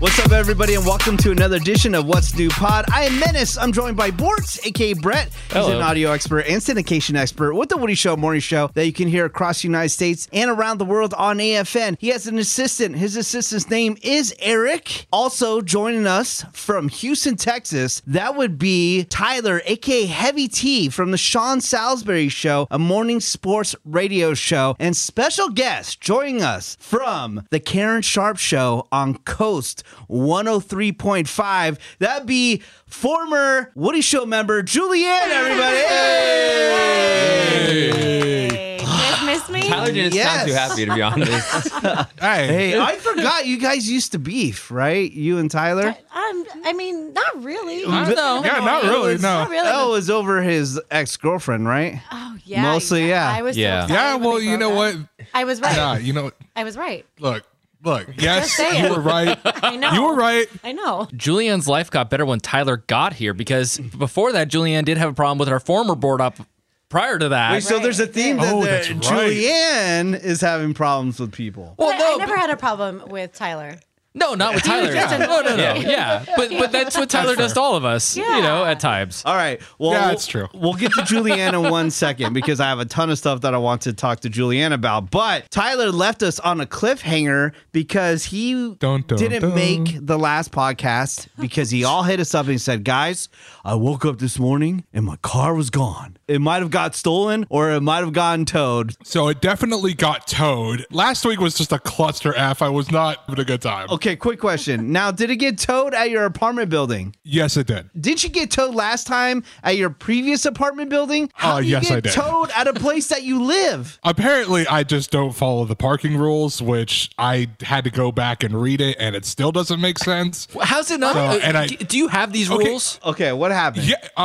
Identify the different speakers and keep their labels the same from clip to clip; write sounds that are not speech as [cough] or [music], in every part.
Speaker 1: What's up, everybody, and welcome to another edition of What's New Pod. I am Menace. I'm joined by Bortz, aka Brett. He's
Speaker 2: Hello.
Speaker 1: an audio expert and syndication expert with the Woody Show Morning Show that you can hear across the United States and around the world on AFN. He has an assistant. His assistant's name is Eric. Also joining us from Houston, Texas, that would be Tyler, aka Heavy T, from the Sean Salisbury Show, a morning sports radio show, and special guest joining us from the Karen Sharp Show on Coast 103.5. That'd be former Woody Show member Julianne, everybody. Hey!
Speaker 3: You guys [gasps] miss me?
Speaker 2: Tyler didn't
Speaker 1: Yes.
Speaker 2: sound too happy, to be honest.
Speaker 4: Hey,
Speaker 1: Hey, I forgot you guys used to beef, right? You and Tyler?
Speaker 3: I'm, I mean, not really.
Speaker 4: yeah, not really.
Speaker 3: Not
Speaker 4: No.
Speaker 3: really.
Speaker 1: That was over his ex girlfriend, right?
Speaker 3: oh, yeah.
Speaker 1: mostly, yeah.
Speaker 3: I was so
Speaker 2: Yeah.
Speaker 3: excited
Speaker 4: Yeah,
Speaker 3: when
Speaker 4: well,
Speaker 3: they
Speaker 4: you know
Speaker 3: broke
Speaker 4: what?
Speaker 3: up. I was right.
Speaker 4: Nah, you know, what?
Speaker 3: I was right.
Speaker 4: look, look. Yes,
Speaker 3: saying.
Speaker 4: you were
Speaker 3: [laughs]
Speaker 4: right.
Speaker 3: I know.
Speaker 4: [laughs] You were right.
Speaker 3: I know.
Speaker 2: Julianne's life got better when Tyler got here because before that, Julianne did have a problem with her former board up prior to that.
Speaker 1: Wait, so
Speaker 3: Right.
Speaker 1: there's a theme that
Speaker 4: Oh,
Speaker 1: the-
Speaker 4: that's right.
Speaker 1: Julianne is having problems with people.
Speaker 2: well,
Speaker 3: But I
Speaker 2: no,
Speaker 3: never had a problem with Tyler.
Speaker 2: no,
Speaker 3: [laughs]
Speaker 2: not with Tyler.
Speaker 3: just
Speaker 2: Yeah. No,
Speaker 3: [laughs]
Speaker 2: no, no.
Speaker 3: annoying.
Speaker 2: Yeah, but but that's what Tyler does to all of us,
Speaker 3: Yeah.
Speaker 2: you know, at times.
Speaker 1: All right. Well,
Speaker 4: Yeah, it's true.
Speaker 1: We'll get to Julianne in one second because I have a ton of stuff that I want to talk to Julianne about. But Tyler left us on a cliffhanger because he
Speaker 4: Dun, dun,
Speaker 1: didn't
Speaker 4: dun.
Speaker 1: make the last podcast because he all hit us up and he said, Guys, I woke up this morning and my car was gone. It might have got stolen or it might have gotten towed.
Speaker 4: So it definitely got towed. Last week was just a cluster F. I was not having a good time.
Speaker 1: Okay, quick question. Now, did it get towed at your apartment building?
Speaker 4: Yes, it did.
Speaker 1: Did you get towed last time at your previous apartment building? How
Speaker 4: Uh,
Speaker 1: do you
Speaker 4: yes,
Speaker 1: get
Speaker 4: I did.
Speaker 1: towed at a place that you live?
Speaker 4: Apparently, I just don't follow the parking rules, which I had to go back and read it, and it still doesn't make sense.
Speaker 2: How's it not?
Speaker 4: So, and I-
Speaker 2: d- do you have these
Speaker 4: Okay.
Speaker 2: rules?
Speaker 1: Okay, what happened?
Speaker 4: Yeah, uh,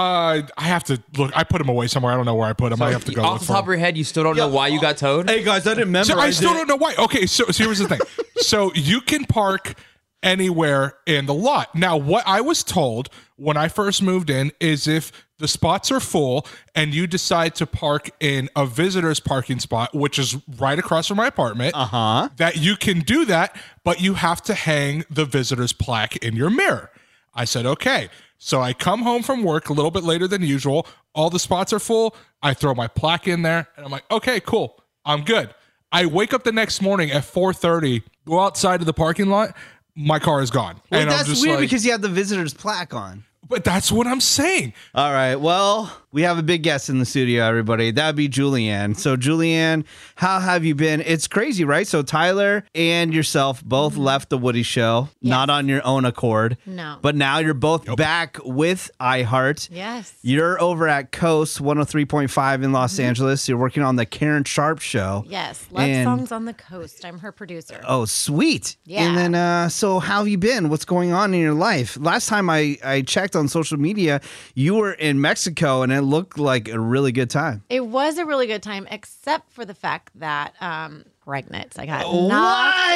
Speaker 4: I have to look. I put them away somewhere. I don't know where I put them. I have to go.
Speaker 2: Off
Speaker 4: look
Speaker 2: the
Speaker 4: for
Speaker 2: top
Speaker 4: 'em.
Speaker 2: of your head, you still don't know why you got towed?
Speaker 1: Hey guys, I didn't memorize
Speaker 4: So I still
Speaker 1: it.
Speaker 4: don't know why. Okay, so, so here's the [laughs] thing. so you can park anywhere in the lot. Now, what I was told when I first moved in is if the spots are full and you decide to park in a visitor's parking spot, which is right across from my apartment, uh-huh. that you can do that, but you have to hang the visitor's plaque in your mirror. I said, okay. So I come home from work a little bit later than usual. All the spots are full. I throw my plaque in there and I'm like, okay, cool. I'm good. I wake up the next morning at 4:30, go outside to the parking lot, my car is gone.
Speaker 1: Well,
Speaker 4: and I'm
Speaker 1: that's
Speaker 4: just
Speaker 1: weird
Speaker 4: like,
Speaker 1: because you have the visitor's plaque on.
Speaker 4: but that's what I'm saying.
Speaker 1: All right. Well, we have a big guest in the studio, everybody. That'd be Julianne. So, Julianne, how have you been? It's crazy, right? So, Tyler and yourself both left the Woody Show, not on your own accord.
Speaker 3: Mm-hmm. No.
Speaker 1: But now you're both back with iHeart.
Speaker 3: Yes.
Speaker 1: You're over at Coast 103.5 in Los Angeles. You're working on the Karen Sharp Show.
Speaker 3: Mm-hmm. Yes. Love
Speaker 1: And-
Speaker 3: songs on the coast. I'm her producer.
Speaker 1: Oh, sweet.
Speaker 3: Yeah.
Speaker 1: And then, uh, so how have you been? What's going on in your life? Last time I, I checked on social media, you were in Mexico and it looked like a really good time.
Speaker 3: It was a really good time, except for the fact that um, pregnant. I got knocked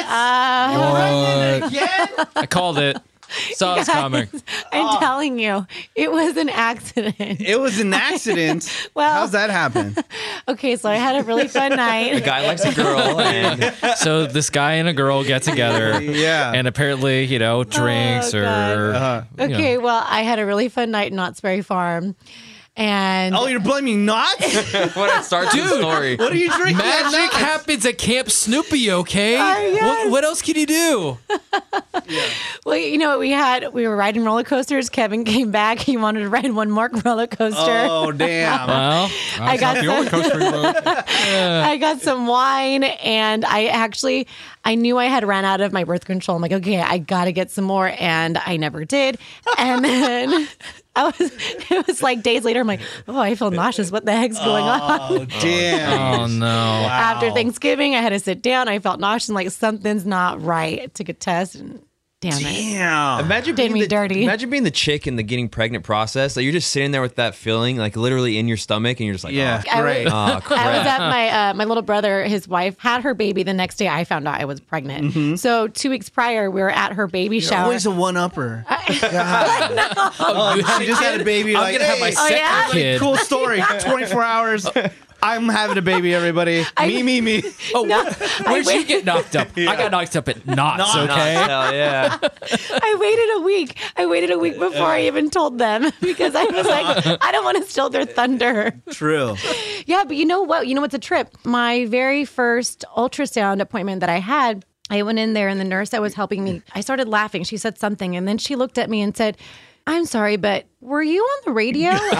Speaker 1: What?
Speaker 3: up.
Speaker 1: Again?
Speaker 2: I called
Speaker 3: [laughs]
Speaker 2: it. Saw it's coming.
Speaker 3: I'm telling you, it was an accident.
Speaker 1: it was an accident.
Speaker 3: Well-
Speaker 1: how's that happen?
Speaker 3: Okay, so I had a really fun
Speaker 2: [laughs] A
Speaker 3: night.
Speaker 2: guy likes a girl, [laughs] and so this guy and a girl get
Speaker 4: [laughs]
Speaker 2: together.
Speaker 1: Yeah.
Speaker 2: And apparently, you know, drinks
Speaker 3: Oh,
Speaker 2: or
Speaker 4: Uh-huh.
Speaker 1: God.
Speaker 2: you know.
Speaker 3: Okay, well, I had a really fun night in Knott's Berry Farm. And
Speaker 1: oh, you're blaming not?
Speaker 5: when it starts the story.
Speaker 1: What are you drinking? at
Speaker 2: Magic
Speaker 1: Knott's?
Speaker 2: happens at Camp Snoopy, okay?
Speaker 3: yes.
Speaker 2: what, what else can you do?
Speaker 3: well, you know what we had? We were riding roller coasters. Kevin came back. He wanted to ride one Mark [laughs] roller coaster.
Speaker 1: Oh, damn.
Speaker 2: [laughs] Well,
Speaker 3: I got
Speaker 4: Not the only
Speaker 3: some,
Speaker 1: [laughs]
Speaker 4: coaster road.
Speaker 3: I got some wine, and I actually I knew I had ran out of my birth control. I'm like, okay, I gotta get some more, and I never did. And then
Speaker 2: [laughs]
Speaker 3: I was it was like days later. I'm like, oh, I feel nauseous. What the heck's going on?
Speaker 1: damn.
Speaker 2: oh no.
Speaker 3: After Thanksgiving, I had to sit down. I felt nauseous, and like something's not right. I took a test, and damn it.
Speaker 1: Damn.
Speaker 5: Imagine
Speaker 3: Did
Speaker 5: being
Speaker 3: me
Speaker 5: the,
Speaker 3: dirty.
Speaker 5: Imagine being the chick in the getting pregnant process. Like you're just sitting there with that feeling, like literally in your stomach, and you're just like,
Speaker 1: Yeah,
Speaker 3: I
Speaker 1: great.
Speaker 3: would-
Speaker 5: oh, oh,
Speaker 3: [laughs] I was
Speaker 5: crap.
Speaker 3: at my uh, my little brother. His wife had her baby the next day. I found out I was pregnant. So two weeks prior, we were at her baby shower.
Speaker 1: Always a one upper.
Speaker 3: [laughs]
Speaker 1: Oh, she just had a baby.
Speaker 2: I'm
Speaker 1: like,
Speaker 2: gonna have my
Speaker 1: "Hey,
Speaker 3: Oh,
Speaker 2: second
Speaker 3: yeah?
Speaker 2: kid. [laughs]
Speaker 1: Cool story. 24 hours. I'm having a baby, everybody. me, me, me.
Speaker 2: Oh,
Speaker 3: No,
Speaker 2: where,
Speaker 3: I
Speaker 2: where'd you
Speaker 3: wait-
Speaker 2: get knocked
Speaker 1: [laughs]
Speaker 2: up? I got knocked up at knots.
Speaker 5: Not-
Speaker 2: okay.
Speaker 5: Hell yeah.
Speaker 3: I waited a week. I waited a week before I even told them [laughs] because I was like, I don't want to steal their thunder.
Speaker 1: True.
Speaker 3: Yeah, but you know what? You know what's a trip? My very first ultrasound appointment that I had, I went in there and the nurse that was helping me, I started laughing. She said something and then she looked at me and said, I'm sorry, but were you on the radio? [laughs]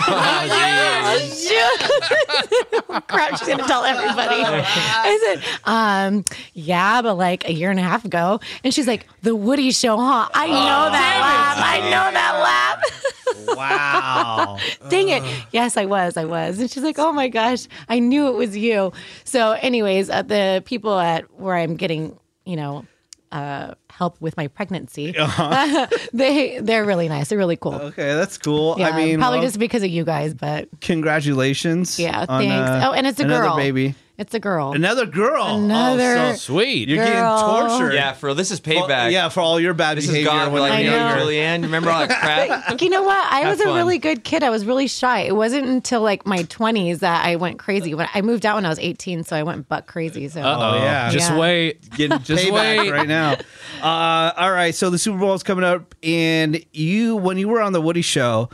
Speaker 3: [laughs] Crap, she's gonna tell everybody. I said, um, yeah, but like a year and a half ago. And she's like, the Woody show, huh? I know that laugh. I know that laugh.
Speaker 1: Wow.
Speaker 3: Dang
Speaker 1: Uh.
Speaker 3: it. Yes, I was. I was. And she's like, oh my gosh, I knew it was you. So, anyways, uh, the people at where I'm getting, you know, uh, help with
Speaker 1: [laughs]
Speaker 3: my pregnancy, [laughs] they, they're really nice. They're really cool.
Speaker 1: [laughs] Okay, that's cool.
Speaker 3: yeah,
Speaker 1: Uh-huh. Uh, I mean,
Speaker 3: probably
Speaker 1: well,
Speaker 3: just because of you guys, but
Speaker 1: congratulations.
Speaker 3: yeah,
Speaker 1: on,
Speaker 3: thanks.
Speaker 1: uh,
Speaker 3: oh, and it's a
Speaker 1: another
Speaker 3: girl.
Speaker 1: baby.
Speaker 3: It's a girl.
Speaker 1: Another girl.
Speaker 3: Another-
Speaker 1: Oh, so
Speaker 2: Sweet.
Speaker 1: you're
Speaker 3: Girl.
Speaker 1: getting tortured.
Speaker 5: Yeah, for real, this is
Speaker 1: Well,
Speaker 5: payback.
Speaker 1: yeah, for all your bad
Speaker 5: This is
Speaker 1: behavior
Speaker 5: gone. We're
Speaker 1: when
Speaker 3: I
Speaker 5: like,
Speaker 1: you
Speaker 5: you
Speaker 3: know.
Speaker 1: were younger.
Speaker 5: Julianne, remember all that
Speaker 3: [laughs] [laughs]
Speaker 5: crap?
Speaker 3: you know what? I
Speaker 5: Have
Speaker 3: was a
Speaker 5: fun.
Speaker 3: really good kid. I was really shy. It wasn't until like my 20s that I went crazy. When I moved out when I was 18, so I went buck crazy. So
Speaker 2: Oh,
Speaker 1: yeah.
Speaker 2: Just
Speaker 3: Yeah.
Speaker 2: wait.
Speaker 1: Getting [laughs]
Speaker 2: Just
Speaker 1: payback
Speaker 2: wait.
Speaker 1: right now. [laughs] Uh, all right, so the Super Bowl is coming up, and you, when you were on the Woody Show,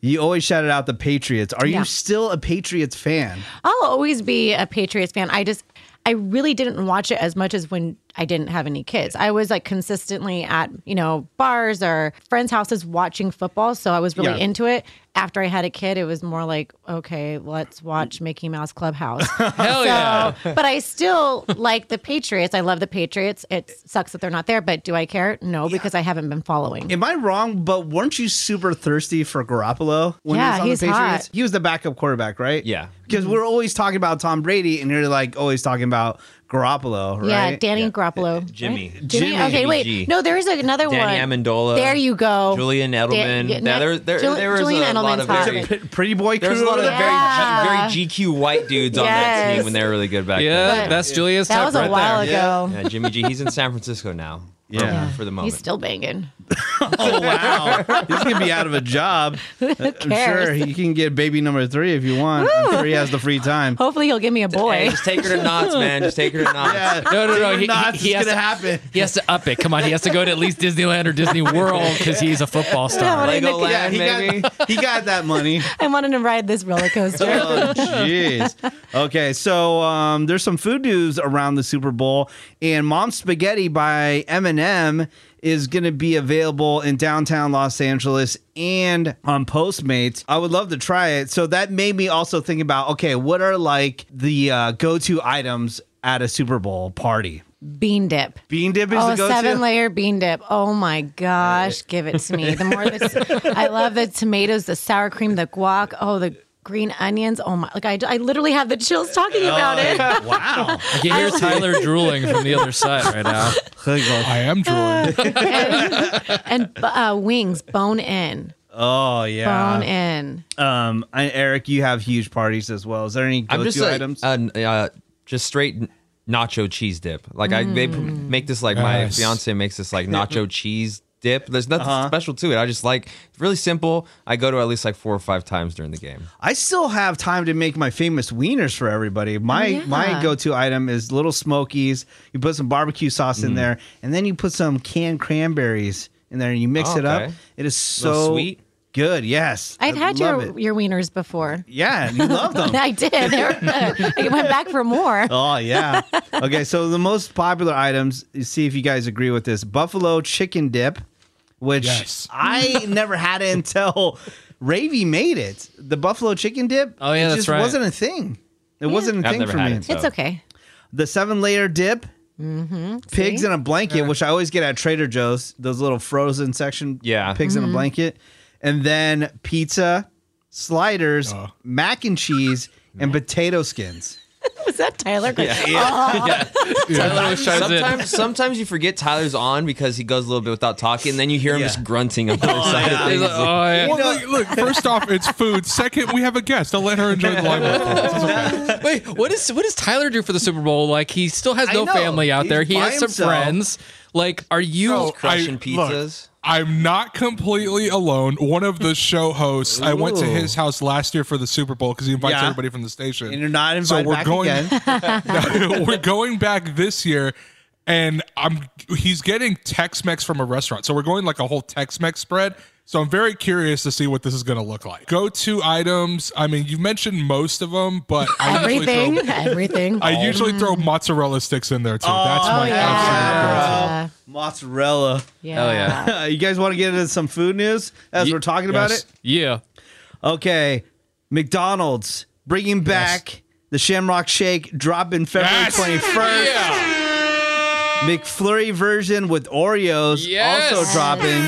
Speaker 1: you always shouted out the Patriots. Are
Speaker 3: Mm-hmm. Yeah.
Speaker 1: you still a Patriots fan?
Speaker 3: I'll always be a Patriots fan. I just I really didn't watch it as much as when I didn't have any kids. I was like consistently at, you know, bars or friends' houses watching football, so I was really
Speaker 1: Yeah.
Speaker 3: into it. After I had a kid, it was more like, okay, let's watch Mickey Mouse Clubhouse.
Speaker 2: Hell
Speaker 1: [laughs]
Speaker 2: yeah.
Speaker 3: but I still like the Patriots. I love the Patriots. It sucks that they're not there, but do I care? No, because I haven't been following.
Speaker 1: Am I wrong? But weren't you super thirsty for Garoppolo when
Speaker 3: Yeah,
Speaker 1: he was on
Speaker 3: he's
Speaker 1: the Patriots?
Speaker 3: hot.
Speaker 1: He was the backup quarterback, right?
Speaker 5: Yeah.
Speaker 1: Because we're always talking about Tom Brady, and you're like always talking about Garoppolo, right?
Speaker 3: Yeah, Danny Garoppolo.
Speaker 5: Uh, Jimmy.
Speaker 3: Right? Jimmy.
Speaker 1: Jimmy.
Speaker 3: Okay,
Speaker 5: Jimmy.
Speaker 3: wait. No, there is another
Speaker 5: Danny
Speaker 3: one.
Speaker 5: Amendola.
Speaker 3: There you go.
Speaker 5: Julian Edelman.
Speaker 3: yeah,
Speaker 5: there,
Speaker 3: next-
Speaker 5: there,
Speaker 3: Jul-
Speaker 5: there was
Speaker 3: Julian
Speaker 5: a lot of
Speaker 3: Edelman's
Speaker 5: very,
Speaker 3: hot.
Speaker 1: P- pretty boy crew.
Speaker 5: there's a lot of
Speaker 1: over there.
Speaker 3: Yeah.
Speaker 5: very, G, very GQ white dudes on that
Speaker 3: Yes.
Speaker 5: team when they were really good back
Speaker 2: Yeah,
Speaker 5: then.
Speaker 2: that's Julia's
Speaker 3: That
Speaker 2: type
Speaker 3: was a
Speaker 2: right
Speaker 3: while
Speaker 2: there.
Speaker 3: ago.
Speaker 5: Yeah, Jimmy G. He's in San Francisco now. for-
Speaker 1: Yeah.
Speaker 5: for the moment.
Speaker 3: He's still banging.
Speaker 1: Oh wow, he's gonna be out of a
Speaker 3: [laughs]
Speaker 1: job. I'm sure
Speaker 3: cares?
Speaker 1: he can get baby number three if you want. I'm sure he has the free
Speaker 3: [laughs]
Speaker 1: time.
Speaker 3: Hopefully, he'll give me a
Speaker 5: Hey,
Speaker 3: boy.
Speaker 5: just take her to knots, man. Just take her to
Speaker 1: [laughs]
Speaker 5: knots.
Speaker 1: Yeah,
Speaker 2: No, no, no, he-
Speaker 1: not,
Speaker 2: he- he
Speaker 1: it's
Speaker 2: has
Speaker 1: gonna
Speaker 2: to-
Speaker 1: happen.
Speaker 2: He has to up it. Come on, he has to go to at least Disneyland
Speaker 1: [laughs]
Speaker 2: or Disney World because
Speaker 3: [laughs]
Speaker 2: he's a football star.
Speaker 3: I, wanted to,
Speaker 5: Legoland.
Speaker 1: Yeah, he
Speaker 5: Maybe.
Speaker 1: got, [laughs] he got that money.
Speaker 3: I wanted to ride this roller
Speaker 5: [laughs]
Speaker 3: coaster.
Speaker 1: Oh, jeez. Okay, so um, there's some food news around the Super Bowl, and Mom Spaghetti by Eminem is going to be available in downtown Los Angeles and on Postmates. I would love to try it. So that made me also think about okay, what are like the uh, go to items at a Super Bowl party?
Speaker 3: bean dip.
Speaker 1: Bean dip is
Speaker 3: Oh,
Speaker 1: the
Speaker 3: a
Speaker 1: go to.
Speaker 3: seven layer bean dip. Oh my gosh, give it to me. The
Speaker 5: [laughs]
Speaker 3: more the, I love the tomatoes, the sour cream, the guac. Oh, the green onions. Oh my, like I, I literally have the chills talking
Speaker 5: Oh,
Speaker 3: about
Speaker 1: [laughs]
Speaker 3: it.
Speaker 1: wow.
Speaker 2: I can hear Tyler drooling from the other side right now.
Speaker 4: I am
Speaker 1: Uh,
Speaker 4: drooling.
Speaker 3: [laughs] And bu- uh, wings, bone in,
Speaker 1: Oh
Speaker 3: bone
Speaker 1: yeah.
Speaker 3: in.
Speaker 1: Um, I, Eric, you have huge parties as well. Is there any
Speaker 5: I'm
Speaker 1: go
Speaker 5: just
Speaker 1: to
Speaker 5: like,
Speaker 1: items?
Speaker 5: uh, n- uh, just straight n- nacho cheese dip. Like I they p-
Speaker 2: Mm.
Speaker 5: make this like my
Speaker 4: Nice.
Speaker 5: fiance makes this like nacho cheese dip. There's nothing special to it. I just like it's really simple. I go to at least like four or five times during the game.
Speaker 1: I still have time to make my famous wieners for everybody. My
Speaker 3: Oh, yeah.
Speaker 1: my go-to item is little smokies. You put some barbecue sauce
Speaker 5: Mm.
Speaker 1: in there, and then you put some canned cranberries in there, and you mix
Speaker 5: Oh,
Speaker 1: it up.
Speaker 5: okay.
Speaker 1: it is
Speaker 5: Little
Speaker 1: so
Speaker 5: sweet?
Speaker 1: good. Yes,
Speaker 3: I've
Speaker 1: I
Speaker 3: had
Speaker 1: love
Speaker 3: your
Speaker 1: it.
Speaker 3: your wieners before.
Speaker 1: yeah, you love them.
Speaker 3: [laughs] I did. They were good. I went back for more.
Speaker 1: Oh yeah. Okay, so the most popular items. you See if you guys agree with this: buffalo chicken dip, which
Speaker 4: Yes.
Speaker 1: [laughs] I never had it until Ravy made it. The buffalo chicken dip.
Speaker 2: Oh, yeah,
Speaker 1: it
Speaker 2: that's
Speaker 1: just
Speaker 2: right.
Speaker 1: wasn't a thing. It wasn't a
Speaker 5: I've
Speaker 1: thing
Speaker 5: never
Speaker 1: for
Speaker 5: had
Speaker 1: me.
Speaker 5: it, so-
Speaker 3: It's okay.
Speaker 1: the seven layer dip, pigs in a blanket, which I always get at Trader Joe's, those little frozen section,
Speaker 5: Yeah.
Speaker 1: pigs in a blanket, and then pizza, sliders, mac and cheese, and potato skins.
Speaker 3: Was that Tyler?
Speaker 1: [laughs]
Speaker 2: Tyler always chimes in.
Speaker 5: Sometimes, sometimes you forget Tyler's on because he goes a little bit without talking, and then you hear him
Speaker 1: Yeah.
Speaker 5: just grunting on the other side of
Speaker 2: He's
Speaker 5: things.
Speaker 2: like, oh, yeah.
Speaker 4: Well, look, look, first off, it's food. Second, we have a guest. I'll let her
Speaker 1: [laughs]
Speaker 4: enjoy the limelight.
Speaker 2: Wait, what is what does Tyler do for the Super Bowl? Like he still has
Speaker 1: I
Speaker 2: no
Speaker 1: know.
Speaker 2: family out
Speaker 1: He's
Speaker 2: there. He
Speaker 1: by
Speaker 2: has some
Speaker 1: himself.
Speaker 2: friends. Like, are you
Speaker 4: No.
Speaker 5: Crushing
Speaker 4: I- look,
Speaker 5: pizzas.
Speaker 4: I'm not completely alone. One
Speaker 1: [laughs]
Speaker 4: of the show hosts, I went to
Speaker 1: Ooh.
Speaker 4: his house last year for the Super Bowl because he invites
Speaker 1: Yeah.
Speaker 4: everybody from the station.
Speaker 1: And you're not invited back again.
Speaker 4: No, [laughs]
Speaker 1: [laughs]
Speaker 4: we're going back this year, and I'm he's getting Tex-Mex from a restaurant, so we're going like a whole Tex-Mex spread. So I'm very curious to see what this is going to look like. Go-to items. I mean, you mentioned most of them, but I
Speaker 1: [laughs]
Speaker 3: Everything,
Speaker 4: Usually throw,
Speaker 3: everything.
Speaker 4: I usually throw
Speaker 1: Mm-hmm.
Speaker 4: mozzarella sticks in there too.
Speaker 1: Oh, [laughs]
Speaker 4: That's my absolute go-to.
Speaker 3: yeah.
Speaker 1: Mozzarella. [laughs]
Speaker 3: yeah.
Speaker 2: Hell yeah.
Speaker 1: you guys want to get into some food news as
Speaker 2: Ye-
Speaker 1: we're talking about
Speaker 4: yes.
Speaker 1: it?
Speaker 2: Yeah.
Speaker 1: Okay, McDonald's bringing back the Shamrock Shake drop in February
Speaker 4: Yes.
Speaker 1: twenty first.
Speaker 2: Yeah.
Speaker 1: McFlurry version with Oreos
Speaker 2: Yes.
Speaker 1: also dropping.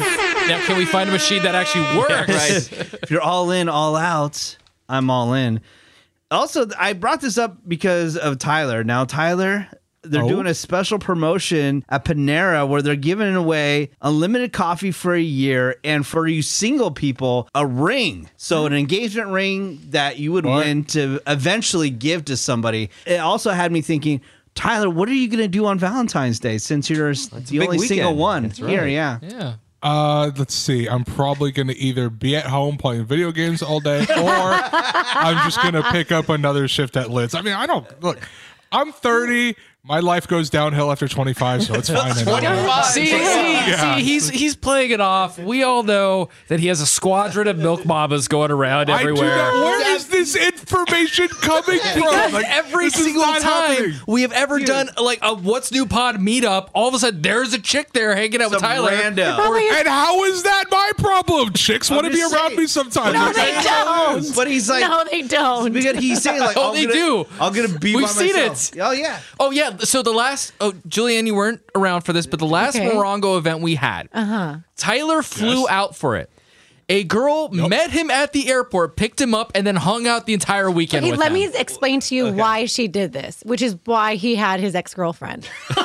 Speaker 2: Now, can we find a machine
Speaker 4: [laughs]
Speaker 2: that actually
Speaker 1: [laughs]
Speaker 2: works?
Speaker 1: if you're all in, all out, I'm all in. Also, th- I brought this up because of Tyler. Now, Tyler, they're
Speaker 5: Oh.
Speaker 1: doing a special promotion at Panera where they're giving away unlimited coffee for a year and for you single people, a ring. So, an engagement ring that you would win to eventually give to somebody. It also had me thinking, Tyler, what are you going to do on Valentine's Day since you're s- the
Speaker 5: big
Speaker 1: only single
Speaker 5: weekend.
Speaker 1: one
Speaker 5: That's
Speaker 1: here?
Speaker 5: right.
Speaker 1: Yeah.
Speaker 2: Yeah.
Speaker 4: Uh, let's see. I'm probably going to either be at home playing video games all day, or I'm just going to pick up another shift at Lids. I mean, I don't look. I'm 30. My life goes downhill after 25, so it's fine.
Speaker 3: [laughs]
Speaker 4: anyway.
Speaker 2: See, see, see, he's he's playing it off. We all know that he has a squadron of milk mamas going around
Speaker 4: I do not,
Speaker 2: everywhere.
Speaker 4: where is this
Speaker 3: [laughs]
Speaker 4: information coming from? Like,
Speaker 2: Every
Speaker 4: this is
Speaker 2: single
Speaker 4: not
Speaker 2: time
Speaker 4: happening.
Speaker 2: we have ever done like a what's new pod meetup, all of a sudden there's a chick there hanging out with
Speaker 1: Some
Speaker 2: Tyler.
Speaker 1: rando.
Speaker 4: And how is that my problem? Chicks want to be
Speaker 1: just
Speaker 4: around
Speaker 1: saying.
Speaker 4: me sometimes.
Speaker 3: No,
Speaker 4: okay?
Speaker 3: they don't.
Speaker 1: But he's like,
Speaker 3: no, they don't.
Speaker 1: Because he's saying [laughs] like,
Speaker 2: Oh,
Speaker 1: I'm
Speaker 2: they
Speaker 1: gonna-
Speaker 2: do.
Speaker 1: I'm gonna be.
Speaker 2: We've
Speaker 1: by
Speaker 2: seen
Speaker 1: myself.
Speaker 2: it.
Speaker 1: Oh yeah.
Speaker 2: Oh yeah, so the last oh Julianne, you weren't around for this, but the last
Speaker 3: Okay.
Speaker 2: Morongo event we had, uh-huh. Tyler flew out for it. A girl met him at the airport, picked him up, and then hung out the entire weekend.
Speaker 3: Okay,
Speaker 2: with
Speaker 3: let
Speaker 2: him.
Speaker 3: me explain to you why she did this, which is why he had his ex girlfriend. [laughs]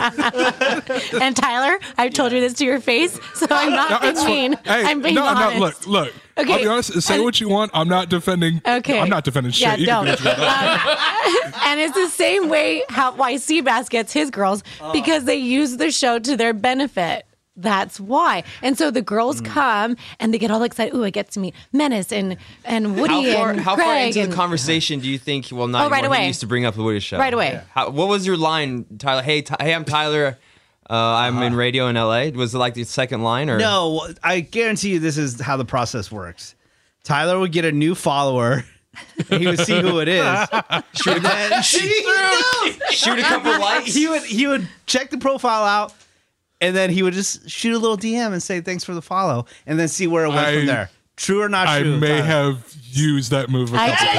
Speaker 3: and Tyler, I've told you this to your face, so I'm
Speaker 4: No,
Speaker 3: not
Speaker 4: it's
Speaker 3: being mean.
Speaker 4: fine. Hey,
Speaker 3: I'm being
Speaker 4: no,
Speaker 3: honest.
Speaker 4: no. Look, look.
Speaker 3: Okay,
Speaker 4: I'll be honest. Say
Speaker 3: and-
Speaker 4: what you want. I'm not defending.
Speaker 3: Okay.
Speaker 4: I'm not defending shit.
Speaker 3: Yeah,
Speaker 4: you
Speaker 3: don't.
Speaker 4: can do what you want.
Speaker 3: Um, and it's the same way how why Seabass gets his girls
Speaker 5: Oh.
Speaker 3: because they use the show to their benefit. That's why. And so the
Speaker 5: Mm.
Speaker 3: girls come and they get all excited. Ooh, I get to meet Menace and and
Speaker 5: How
Speaker 3: Woody
Speaker 5: far,
Speaker 3: and
Speaker 5: how
Speaker 3: Craig
Speaker 5: far into
Speaker 3: and-
Speaker 5: the conversation do you think? Well, not
Speaker 3: Oh, right
Speaker 5: anymore, he
Speaker 3: away.
Speaker 5: used to bring up the Woody show.
Speaker 3: Right away.
Speaker 5: Yeah. How, what was your line, Tyler? Hey, Ty- hey, I'm Tyler. Uh, I'm in radio in LA. Was it like the second line or
Speaker 1: No, I guarantee you, this is how the process works. Tyler would get a new follower. and He would see who it is. [laughs] Shoot then she knows.
Speaker 5: Shoot a [laughs] couple likes.
Speaker 1: He would he would check the profile out, and then he would just shoot a little DM and say thanks for the follow, and then see where it went
Speaker 4: I-
Speaker 1: from there. True or not
Speaker 4: I
Speaker 1: true?
Speaker 4: may
Speaker 1: Tyler?
Speaker 4: have used that move a
Speaker 3: I
Speaker 4: couple
Speaker 3: did,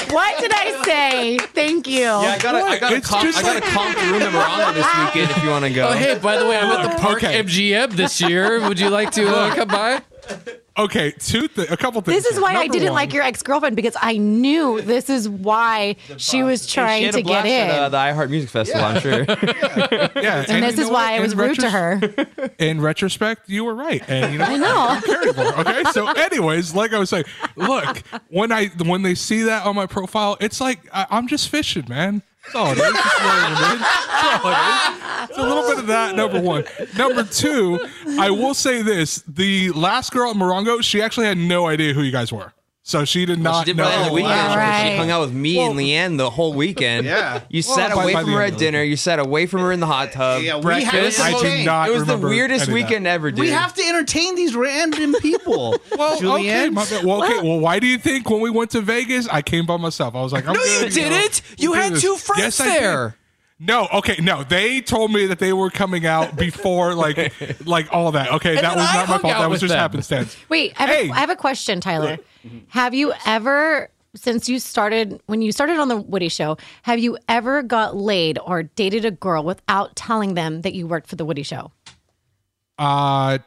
Speaker 3: what did I say? What did I say? Thank you.
Speaker 5: Yeah, I got a, I got a
Speaker 4: It's
Speaker 5: comp,
Speaker 4: just
Speaker 5: I got a comp room number on [laughs] this weekend if you want to go.
Speaker 2: Oh, hey, by the way, I'm at the Park
Speaker 4: Okay.
Speaker 2: MGM this year. Would you like to uh, come by?
Speaker 4: Okay, two thi- a couple things.
Speaker 3: This is
Speaker 4: here.
Speaker 3: why I
Speaker 4: Number
Speaker 3: didn't
Speaker 4: one,
Speaker 3: like your ex girlfriend because I knew this is why she was [laughs]
Speaker 5: She
Speaker 3: trying
Speaker 5: had a
Speaker 3: to get
Speaker 5: blast
Speaker 3: in.
Speaker 5: At, uh, the iHeart Music Festival, I'm sure.
Speaker 4: Yeah,
Speaker 3: and this is
Speaker 4: you know what?
Speaker 3: why I
Speaker 4: In
Speaker 3: was rude to
Speaker 4: retros-
Speaker 3: her.
Speaker 4: In retrospect, you were right, and you know,
Speaker 3: [laughs] I know.
Speaker 4: charitable, okay.
Speaker 3: [laughs]
Speaker 4: So, anyways, like I was saying, look, when I when they see that on my profile, it's like I, I'm just fishing, man. That's all it is. Just laying it in. That's all it is. It's a little bit of that. Number one. Number two, I will say this: the last girl at Morongo, she actually had no idea who you guys were, so she did
Speaker 5: She
Speaker 4: not
Speaker 5: did
Speaker 4: know.
Speaker 5: plan the weekend.
Speaker 3: All
Speaker 5: because She
Speaker 3: right.
Speaker 5: hung out with me and Leanne the whole weekend.
Speaker 1: Yeah.
Speaker 5: You sat
Speaker 4: Well, by-
Speaker 5: away
Speaker 4: by
Speaker 5: from
Speaker 4: the
Speaker 5: her
Speaker 4: end
Speaker 5: at
Speaker 4: of the
Speaker 5: dinner. You sat away from her in the hot tub.
Speaker 1: Yeah, we have,
Speaker 2: Breakfast.
Speaker 1: to
Speaker 4: I
Speaker 1: entertain.
Speaker 4: did not.
Speaker 5: It was the
Speaker 4: remember
Speaker 5: weirdest
Speaker 4: any of that.
Speaker 5: weekend ever, dude.
Speaker 1: we have to entertain these random people.
Speaker 4: [laughs] Well, okay,
Speaker 1: Julianne?
Speaker 4: my bad. well, okay. Well, why do you think when we went to Vegas, I came by myself? I was like, I'm
Speaker 2: No, you
Speaker 4: good, know,
Speaker 2: didn't.
Speaker 4: we'll
Speaker 2: You
Speaker 4: do
Speaker 2: had
Speaker 4: this.
Speaker 2: two friends
Speaker 4: Yes, I did.
Speaker 2: there.
Speaker 4: No, okay, no. They told me that they were coming out before,
Speaker 2: [laughs]
Speaker 4: like, like all that. Okay, that
Speaker 2: then
Speaker 4: was
Speaker 2: I
Speaker 4: not my
Speaker 2: hung
Speaker 4: fault.
Speaker 2: out
Speaker 4: That was
Speaker 2: with
Speaker 4: just
Speaker 2: them.
Speaker 4: happenstance.
Speaker 3: Wait, I have,
Speaker 4: Hey.
Speaker 3: a, I have a question, Tyler. Have you ever, since you started, when you started on the Woody Show, have you ever got laid or dated a girl without telling them that you worked for the Woody Show?
Speaker 4: Uh,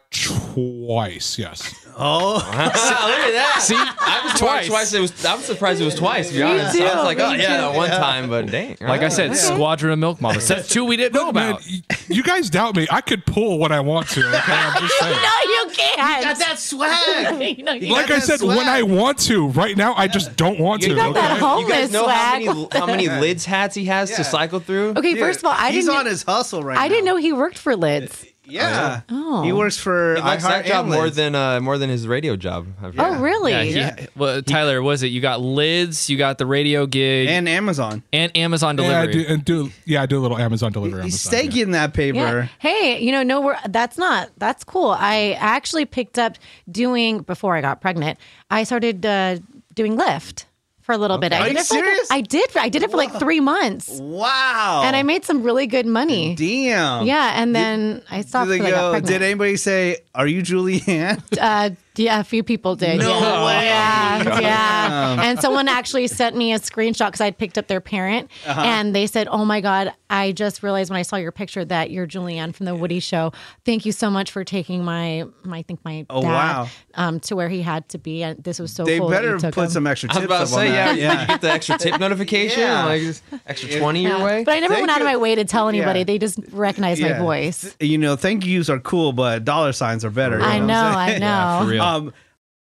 Speaker 4: twice. Yes.
Speaker 3: [laughs]
Speaker 5: look at that.
Speaker 2: See, I was
Speaker 5: twice. twice. It was. I'm surprised it was twice. To be honest, I was like, oh yeah, that one time, but dang.
Speaker 2: Like I said, Squadron of Milk Mamas. That's two we didn't know
Speaker 4: Man,
Speaker 2: about.
Speaker 4: y- you guys doubt me. I could pull when I want to. Okay, I'm
Speaker 2: [laughs]
Speaker 4: just saying.
Speaker 3: No, you can't.
Speaker 1: Got that swag.
Speaker 3: No, [laughs] you
Speaker 4: Like I
Speaker 1: that
Speaker 4: said,
Speaker 1: swag.
Speaker 4: when I want to. Right now, I just don't want to.
Speaker 3: got that
Speaker 4: okay?
Speaker 3: whole-
Speaker 5: you guys know how
Speaker 3: Homeless
Speaker 5: many, how many lids hats he has
Speaker 1: Yeah.
Speaker 5: to cycle through?
Speaker 3: okay, first of all, I
Speaker 1: He's
Speaker 3: didn't. e-
Speaker 1: on his hustle right now.
Speaker 3: I didn't know he worked for Lids.
Speaker 1: Yeah.
Speaker 3: Oh.
Speaker 1: He works for
Speaker 5: He likes
Speaker 1: iHeart
Speaker 5: that job
Speaker 1: and
Speaker 5: more
Speaker 1: Lids.
Speaker 5: than uh, more than his radio job. I've
Speaker 3: Oh,
Speaker 5: heard.
Speaker 3: really?
Speaker 2: Yeah, he,
Speaker 1: Yeah.
Speaker 2: Well, Tyler, what was it? You got lids, you got the radio gig,
Speaker 1: and
Speaker 2: and,
Speaker 1: Amazon.
Speaker 2: Amazon
Speaker 4: Yeah, I
Speaker 2: delivery.
Speaker 4: do, and do yeah, I do a little Amazon delivery.
Speaker 1: He's
Speaker 4: Amazon, yeah.
Speaker 1: staking that paper.
Speaker 3: Hey, you know, no, we're, that's not, that's cool. I actually picked up doing, before I got pregnant, I started uh, doing Lyft for a little bit. I
Speaker 1: Are
Speaker 3: did
Speaker 1: you
Speaker 3: it for like a-
Speaker 1: serious?
Speaker 3: I did. I did it for like three months
Speaker 1: Wow.
Speaker 3: and I made some really good money.
Speaker 1: Damn.
Speaker 3: Yeah. And then I
Speaker 1: Did,
Speaker 3: stopped.
Speaker 1: they
Speaker 3: till I got
Speaker 1: go,
Speaker 3: pregnant.
Speaker 1: did anybody say, Are you
Speaker 3: [laughs]
Speaker 1: Julianne?
Speaker 3: Uh, yeah, a few people did.
Speaker 1: No
Speaker 3: yeah.
Speaker 1: way. Oh
Speaker 3: Yeah, yeah. And someone actually sent me a screenshot because I'd picked up their parent,
Speaker 1: Uh-huh.
Speaker 3: and they said, "Oh my God, I just realized when I saw your picture that you're Julianne from the Woody Show. Thank you so much for taking my, my I think my
Speaker 1: Oh,
Speaker 3: dad
Speaker 1: wow.
Speaker 3: um, to where he had to be, and this was so
Speaker 1: they
Speaker 3: cool. that
Speaker 1: better
Speaker 3: you took
Speaker 1: put
Speaker 3: him."
Speaker 1: some extra
Speaker 5: I
Speaker 1: tips
Speaker 5: was about
Speaker 1: up on
Speaker 5: to say, yeah,
Speaker 1: that.
Speaker 5: you- you get the extra tip notification,
Speaker 1: Yeah.
Speaker 5: like just extra twenty your way.
Speaker 3: But I never
Speaker 1: They
Speaker 3: went out of
Speaker 1: could-
Speaker 3: my way to tell anybody.
Speaker 1: yeah.
Speaker 3: They just recognized my
Speaker 1: Yeah.
Speaker 3: voice.
Speaker 1: You know, thank yous are cool, but dollar signs are better. you
Speaker 3: I
Speaker 1: what
Speaker 3: know,
Speaker 1: I'm
Speaker 3: I know.
Speaker 1: saying? [laughs]
Speaker 2: For real.
Speaker 1: Um,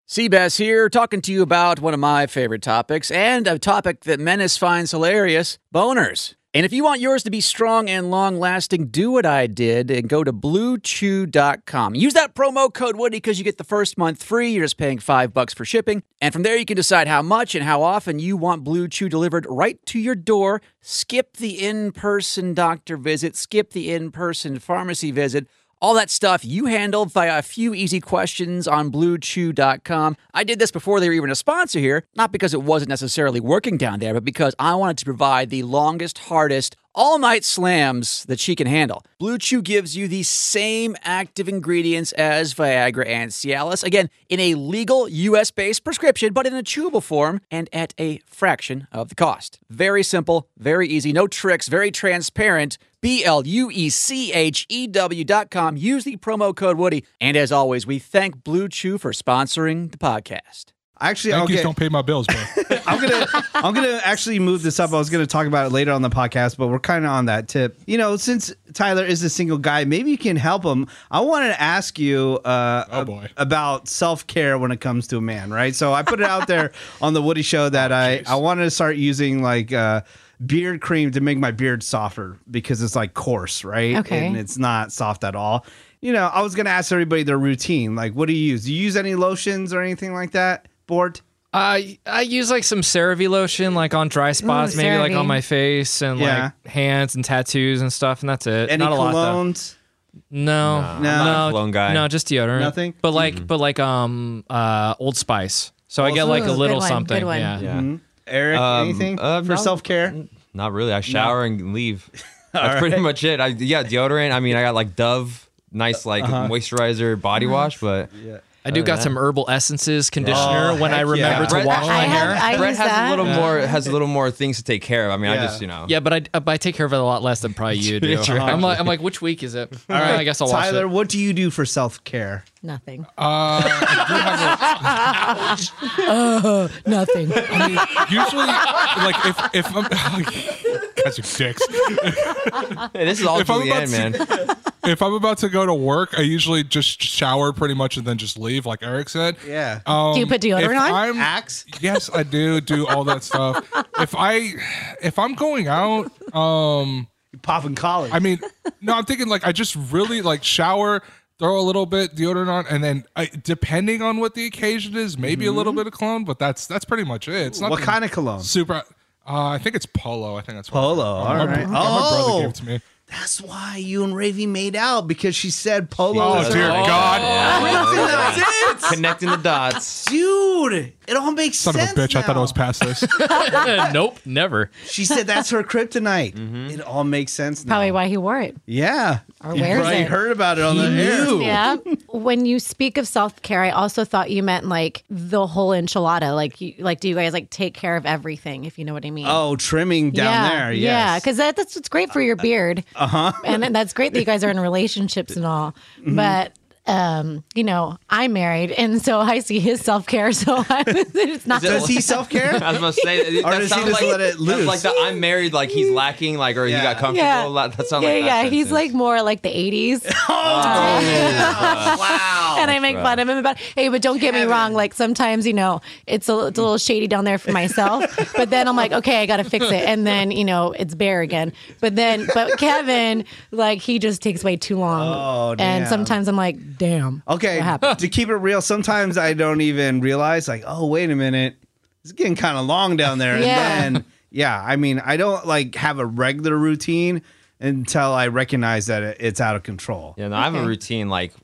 Speaker 6: Seabass here, talking to you about one of my favorite topics and a topic that Menace finds hilarious boners. And if you want yours to be strong and long lasting, do what I did and go to bluechew.com. Use that promo code Woody because you get the first month free. You're just paying five bucks for shipping. And from there, you can decide how much and how often you want Blue Chew delivered right to your door. Skip the in person doctor visit, skip the in person pharmacy visit. All that stuff you handled via a few easy questions on bluechew.com. I did this before they were even a sponsor here, not because it wasn't necessarily working down there, but because I wanted to provide the longest, hardest, all night slams that she can handle. Blue Chew gives you the same active ingredients as Viagra and Cialis, again, in a legal US based prescription, but in a chewable form and at a fraction of the cost. Very simple, very easy, no tricks, very transparent. B L U E C H E W dot com. Use the promo code Woody. And as always, we thank Blue Chew for sponsoring the podcast.
Speaker 1: actually,
Speaker 4: Thank
Speaker 1: okay.
Speaker 4: don't pay my bills, bro.
Speaker 1: I'm gonna I'm gonna actually move this up. I was gonna talk about it later on the podcast, but we're kind of on that tip. You know, since Tyler is a single guy, maybe you can help him. I wanted to ask you uh,
Speaker 4: Oh,
Speaker 1: ab-
Speaker 4: boy.
Speaker 1: about self care when it comes to a man, right? So I put it out there on the Woody Show
Speaker 2: Oh,
Speaker 1: that I I wanted to start using like. Uh, Beard cream to make my beard softer because it's like coarse, right?
Speaker 3: Okay.
Speaker 1: And it's not soft at all. You know, I was gonna ask everybody their routine. Like, what do you use? Do you use any lotions or anything like that? Bort?
Speaker 2: I I use like some CeraVe lotion, like on dry spots, maybe like
Speaker 3: CeraVe.
Speaker 2: on my face and
Speaker 1: Yeah.
Speaker 2: like hands and tattoos and stuff, and that's it.
Speaker 1: Any
Speaker 2: Not a lot though.
Speaker 1: colognes?
Speaker 2: No, no,
Speaker 5: I'm not a
Speaker 2: no,
Speaker 5: cologne guy.
Speaker 2: No, just deodorant.
Speaker 1: Nothing?
Speaker 2: But like, but like, um, uh, Old Spice. So I get like
Speaker 3: Ooh,
Speaker 2: a
Speaker 3: good
Speaker 2: little
Speaker 3: one,
Speaker 2: something.
Speaker 3: good one.
Speaker 2: Yeah.
Speaker 5: Yeah.
Speaker 1: Eric,
Speaker 5: Um,
Speaker 1: anything
Speaker 5: uh,
Speaker 1: for
Speaker 5: no.
Speaker 1: self
Speaker 4: Mm,
Speaker 1: care?
Speaker 5: Not really. I shower and leave. That's pretty much it. I yeah, deodorant. I mean, I got like Dove, nice like moisturizer, body wash, but yeah.
Speaker 2: I do got some herbal essences, conditioner
Speaker 1: Oh,
Speaker 2: when I
Speaker 1: heck
Speaker 2: remember
Speaker 1: yeah.
Speaker 2: to
Speaker 5: Brett-
Speaker 2: wash my
Speaker 3: I
Speaker 2: hair.
Speaker 3: have- I
Speaker 5: Brett
Speaker 3: use
Speaker 5: has
Speaker 3: that.
Speaker 5: a little more has a little more things to take care of. I mean, I
Speaker 1: Yeah.
Speaker 5: just you know
Speaker 2: yeah, but I, but I take care of it a lot less than probably you do. I'm like I'm like, which week is it? All right, I guess I'll watch
Speaker 1: Tyler,
Speaker 2: it. [laughs]
Speaker 1: what do you do for self care?
Speaker 3: Nothing.
Speaker 4: Uh,
Speaker 3: [laughs] Oh,
Speaker 4: I mean, usually, like if if I'm [laughs] guys are dicks.
Speaker 5: Hey, this is all
Speaker 4: If I'm about
Speaker 5: Julianne, man.
Speaker 4: If I'm about to go to work, I usually just shower pretty much and then just leave, like Eric said.
Speaker 1: Yeah.
Speaker 4: Um,
Speaker 3: Do you put deodorant
Speaker 4: if
Speaker 3: on?
Speaker 4: I'm-
Speaker 1: Axe?
Speaker 4: Yes, I do do all that stuff. If I if I'm going out, um,
Speaker 1: Popping collars.
Speaker 4: I mean, no, I'm thinking like I just really like shower, throw a little bit deodorant on, and then I, depending on what the occasion is, maybe a little bit of cologne. But that's that's pretty much it. It's not
Speaker 1: Mm-hmm. what kind of cologne?
Speaker 4: super. Uh, I think it's Polo. I think that's what
Speaker 1: Polo,
Speaker 4: My-
Speaker 1: all
Speaker 4: My,
Speaker 1: right.
Speaker 4: my brother gave
Speaker 1: Oh.
Speaker 4: it to me.
Speaker 1: That's why you and Ravy made out because she said polo.
Speaker 4: Oh
Speaker 1: is
Speaker 4: dear
Speaker 1: [laughs] her-
Speaker 4: God!
Speaker 1: That's it.
Speaker 5: Connecting the dots.
Speaker 1: Dude, it all makes
Speaker 4: Son of a
Speaker 1: sense.
Speaker 4: bitch! I thought I
Speaker 1: now.
Speaker 4: was past this.
Speaker 2: Eh, nope, never.
Speaker 1: She said that's her kryptonite. It all makes sense now.
Speaker 3: Probably why he wore it.
Speaker 1: Yeah.
Speaker 3: Or
Speaker 1: you
Speaker 3: wears
Speaker 1: probably
Speaker 3: it.
Speaker 1: heard about it on the air.
Speaker 3: Yeah. when you speak of self care, I also thought you meant like the whole enchilada. Like, you, like, do you guys like take care of everything? If you know what I mean.
Speaker 1: Oh, trimming down
Speaker 3: yeah,
Speaker 1: there. Yes. uh-huh.
Speaker 3: Yeah, because that, that's what's great for your beard. Uh huh. And that's great that you guys are in relationships and all,
Speaker 1: Mm-hmm.
Speaker 3: but. Um, you know, I'm married, and so I see his self care. So I, [laughs] it's not.
Speaker 1: Does he self
Speaker 4: [laughs]
Speaker 1: care?
Speaker 5: [laughs] I was gonna say that,
Speaker 1: Or
Speaker 5: that
Speaker 1: does he
Speaker 5: sounds
Speaker 1: just
Speaker 5: like
Speaker 1: let it loose?
Speaker 5: That's like the I'm married, like he's lacking, like or
Speaker 1: Yeah.
Speaker 5: he got comfortable.
Speaker 3: Yeah,
Speaker 5: Yeah. That sounds
Speaker 3: yeah,
Speaker 5: like that
Speaker 3: yeah. He's
Speaker 5: sentence. Oh,
Speaker 3: like more like the
Speaker 1: [laughs]
Speaker 3: '80s. [laughs]
Speaker 1: wow.
Speaker 3: and I make fun of him about. Hey, but don't get me wrong. Like sometimes, you know, it's a, it's a little shady down there
Speaker 1: [laughs]
Speaker 3: for myself. but then I'm like, okay, I got to fix it. And then you know, it's bear again. But then, but Kevin, like he just takes way too long.
Speaker 1: Oh,
Speaker 3: And
Speaker 1: damn.
Speaker 3: sometimes I'm like, damn.
Speaker 1: Okay,
Speaker 3: what happened?
Speaker 1: to keep it real, sometimes I don't even realize, like, oh, wait a minute, it's getting kind of long down there.
Speaker 3: Yeah.
Speaker 1: And then, yeah, I mean, I don't like have a regular routine until I recognize that it- it's out of control.
Speaker 5: Yeah, no, I have a
Speaker 3: Okay.
Speaker 5: routine like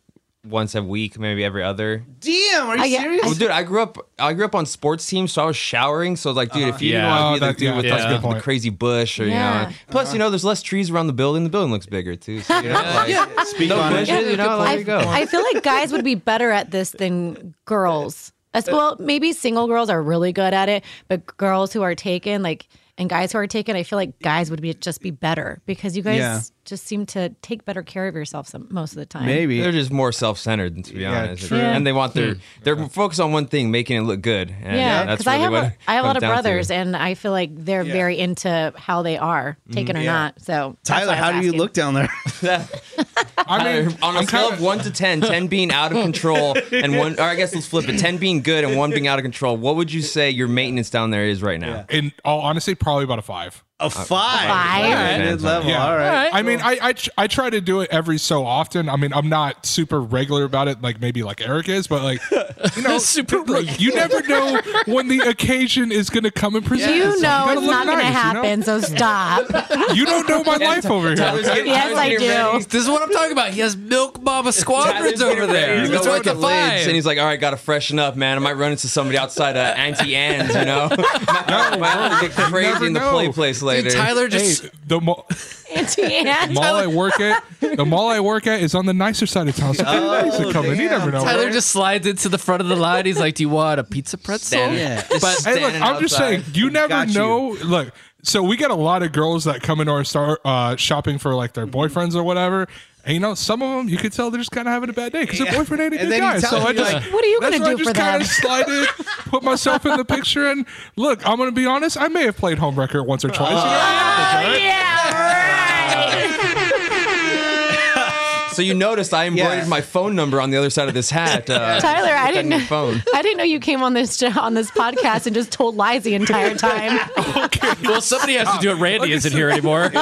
Speaker 5: once a week, maybe every other.
Speaker 1: Damn, are you
Speaker 3: I get-
Speaker 1: serious?
Speaker 5: Well, dude, I grew up. I grew up on sports teams, so I was showering. So like, dude, if you
Speaker 2: Yeah.
Speaker 5: didn't want
Speaker 4: Oh,
Speaker 5: to be the
Speaker 4: that-
Speaker 5: dude
Speaker 4: yeah,
Speaker 5: with
Speaker 4: that's a
Speaker 5: like,
Speaker 4: good point. Uh-huh.
Speaker 5: the crazy bush, or you
Speaker 3: Yeah.
Speaker 5: know. Plus, you know, there's less trees around the building. The building looks bigger too. So, you know, like,
Speaker 1: Speak
Speaker 5: no
Speaker 1: on it.
Speaker 5: bushes, you know. Like,
Speaker 3: I,
Speaker 5: there you go.
Speaker 3: I feel like guys would be better at this than girls. As- Well, maybe single girls are really good at it, but girls who are taken, like, and guys who are taken, I feel like guys would be just be better because you guys
Speaker 1: Yeah.
Speaker 3: just seem to take better care of yourself some, most of the time.
Speaker 1: Maybe.
Speaker 5: They're just more self-centered, to be
Speaker 1: Yeah,
Speaker 5: honest.
Speaker 1: true.
Speaker 5: And they want
Speaker 4: Hmm.
Speaker 5: their they're focused on one thing, making it look good. And
Speaker 3: Yeah,
Speaker 5: that's
Speaker 3: because
Speaker 5: really
Speaker 3: I have
Speaker 5: what
Speaker 3: a,
Speaker 5: it
Speaker 3: I have a lot
Speaker 5: comes
Speaker 3: of
Speaker 5: down to. [laughs]
Speaker 3: brothers, and I feel like they're very into how they are taken or not. So that's why
Speaker 1: Tyler,
Speaker 3: I was
Speaker 1: how do you
Speaker 3: asking.
Speaker 1: look down there? [laughs]
Speaker 4: I mean,
Speaker 5: on a
Speaker 4: I'm
Speaker 5: scale
Speaker 4: kind
Speaker 5: of
Speaker 4: of
Speaker 5: one to 10, 10 being
Speaker 3: [laughs]
Speaker 5: out of control and one, or I guess let's flip it, ten being good and one being out of control. What would you say your maintenance down there is right now?
Speaker 4: in all honesty, probably about a five.
Speaker 5: Uh,
Speaker 1: a five.
Speaker 3: five.
Speaker 1: All right, mid-level.
Speaker 4: Yeah.
Speaker 1: All right.
Speaker 4: I mean, I, I tr- I try to do it every so often. I mean, I'm not super regular about it, like maybe like Eric is, but like you know,
Speaker 2: Super
Speaker 4: look, you never know when the occasion is going to come and present.
Speaker 3: You
Speaker 4: itself.
Speaker 3: know
Speaker 4: gotta
Speaker 3: it's
Speaker 4: look
Speaker 3: not going to
Speaker 4: nice, you know?
Speaker 3: happen, so
Speaker 4: [laughs]
Speaker 3: stop. [laughs]
Speaker 4: You don't know my life over here.
Speaker 5: Tyler's getting-
Speaker 3: Yes,
Speaker 5: Tyler's
Speaker 3: I
Speaker 5: getting
Speaker 3: do.
Speaker 5: ready.
Speaker 2: This is what I'm talking about. He has milk baba
Speaker 5: Tyler's
Speaker 2: squadrons
Speaker 5: getting
Speaker 2: over there.
Speaker 5: ready to
Speaker 2: That's
Speaker 5: Go
Speaker 2: why
Speaker 5: look
Speaker 2: it's a
Speaker 5: at lids,
Speaker 2: five.
Speaker 5: and he's like, "All right, gotta freshen up, man. I might run into somebody outside of Auntie Anne's, you know. [laughs] Might get crazy
Speaker 4: never
Speaker 5: in the play
Speaker 4: know.
Speaker 5: place later."
Speaker 2: Dude, Tyler just
Speaker 4: Hey, the mall,
Speaker 3: Auntie
Speaker 4: mall I work at, the mall I work at is on the nicer side of town. So oh, nice to come in. You
Speaker 1: damn.
Speaker 4: never know.
Speaker 2: Tyler just slides into the front of the line. He's like, "Do you want a pizza pretzel?"
Speaker 5: Standing- just
Speaker 2: But-
Speaker 4: Hey, look,
Speaker 5: standing
Speaker 4: I'm just saying,
Speaker 5: outside.
Speaker 4: you never
Speaker 1: Got you.
Speaker 4: know. Look, so we get a lot of girls that come into our star uh, shopping for like their
Speaker 1: Mm-hmm.
Speaker 4: boyfriends or whatever. And you know, some of them you could tell they're just kind of having a bad day because their boyfriend ain't a
Speaker 1: And
Speaker 4: good
Speaker 1: then you
Speaker 4: guy.
Speaker 1: tell
Speaker 4: So
Speaker 1: them,
Speaker 4: I
Speaker 1: you're
Speaker 4: just,
Speaker 1: like,
Speaker 3: What are you
Speaker 4: that's
Speaker 3: gonna
Speaker 4: why
Speaker 3: do
Speaker 4: I just
Speaker 3: for
Speaker 4: kind
Speaker 3: them?
Speaker 4: of slided, put myself in the picture, and look, I'm gonna be honest. I may have played homewrecker once or twice. you know?
Speaker 1: Ah.
Speaker 5: So you noticed I embroidered
Speaker 1: Yeah.
Speaker 5: my phone number on the other side of this hat. Uh,
Speaker 3: Tyler, [laughs] I didn't
Speaker 5: your
Speaker 3: know.
Speaker 5: phone.
Speaker 3: I didn't know you came on this on this podcast and just told lies the [laughs] entire time.
Speaker 2: well, somebody has to do it. Randy isn't here anymore.
Speaker 4: [laughs]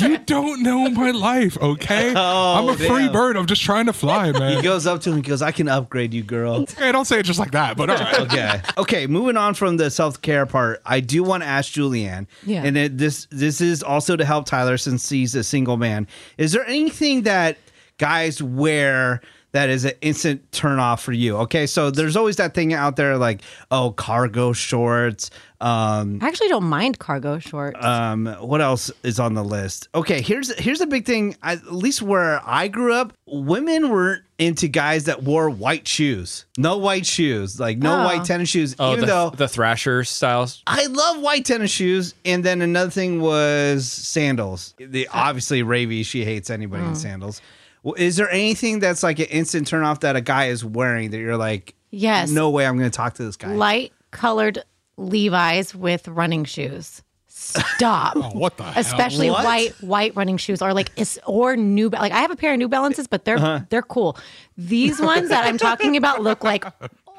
Speaker 4: You don't know my life,
Speaker 1: [laughs]
Speaker 4: okay? I'm a free
Speaker 1: Oh, damn.
Speaker 4: bird. I'm just trying
Speaker 1: [laughs]
Speaker 4: to fly,
Speaker 1: He
Speaker 4: man.
Speaker 1: goes up to him and goes, I can upgrade you, girl.
Speaker 4: Hey, don't say it just like that, but
Speaker 1: [laughs]
Speaker 4: all right.
Speaker 1: okay. Okay. Moving on from the self care part, I do want to ask Julianne.
Speaker 3: Yeah.
Speaker 1: And it, this this is also to help Tyler since he's a single man. Is there anything that guys wear? That is an instant turn off for you. Okay, so there's always that thing out there like, oh, cargo shorts. Um,
Speaker 3: I actually don't mind cargo shorts.
Speaker 1: um, what else is on the list? Okay, here's here's a big thing. I- At least where I grew up, women weren't into guys that wore white shoes. No white shoes, like no
Speaker 3: Oh.
Speaker 1: white tennis shoes.
Speaker 2: Oh,
Speaker 1: even
Speaker 2: the,
Speaker 1: though
Speaker 2: the Thrasher styles.
Speaker 1: I love white tennis shoes. And then another thing was sandals. The obviously Ravi, she hates anybody in sandals. Well, is there anything that's like an instant turn off that a guy is wearing that you're like,
Speaker 3: yes.
Speaker 1: no way, I'm going to talk to this guy?
Speaker 3: Light colored Levi's with running shoes. Stop.
Speaker 4: What the hell?
Speaker 3: especially
Speaker 1: What?
Speaker 3: white white running shoes or like is or new Ba- like I have a pair of New Balances, but they're they're cool. These ones that I'm talking about look like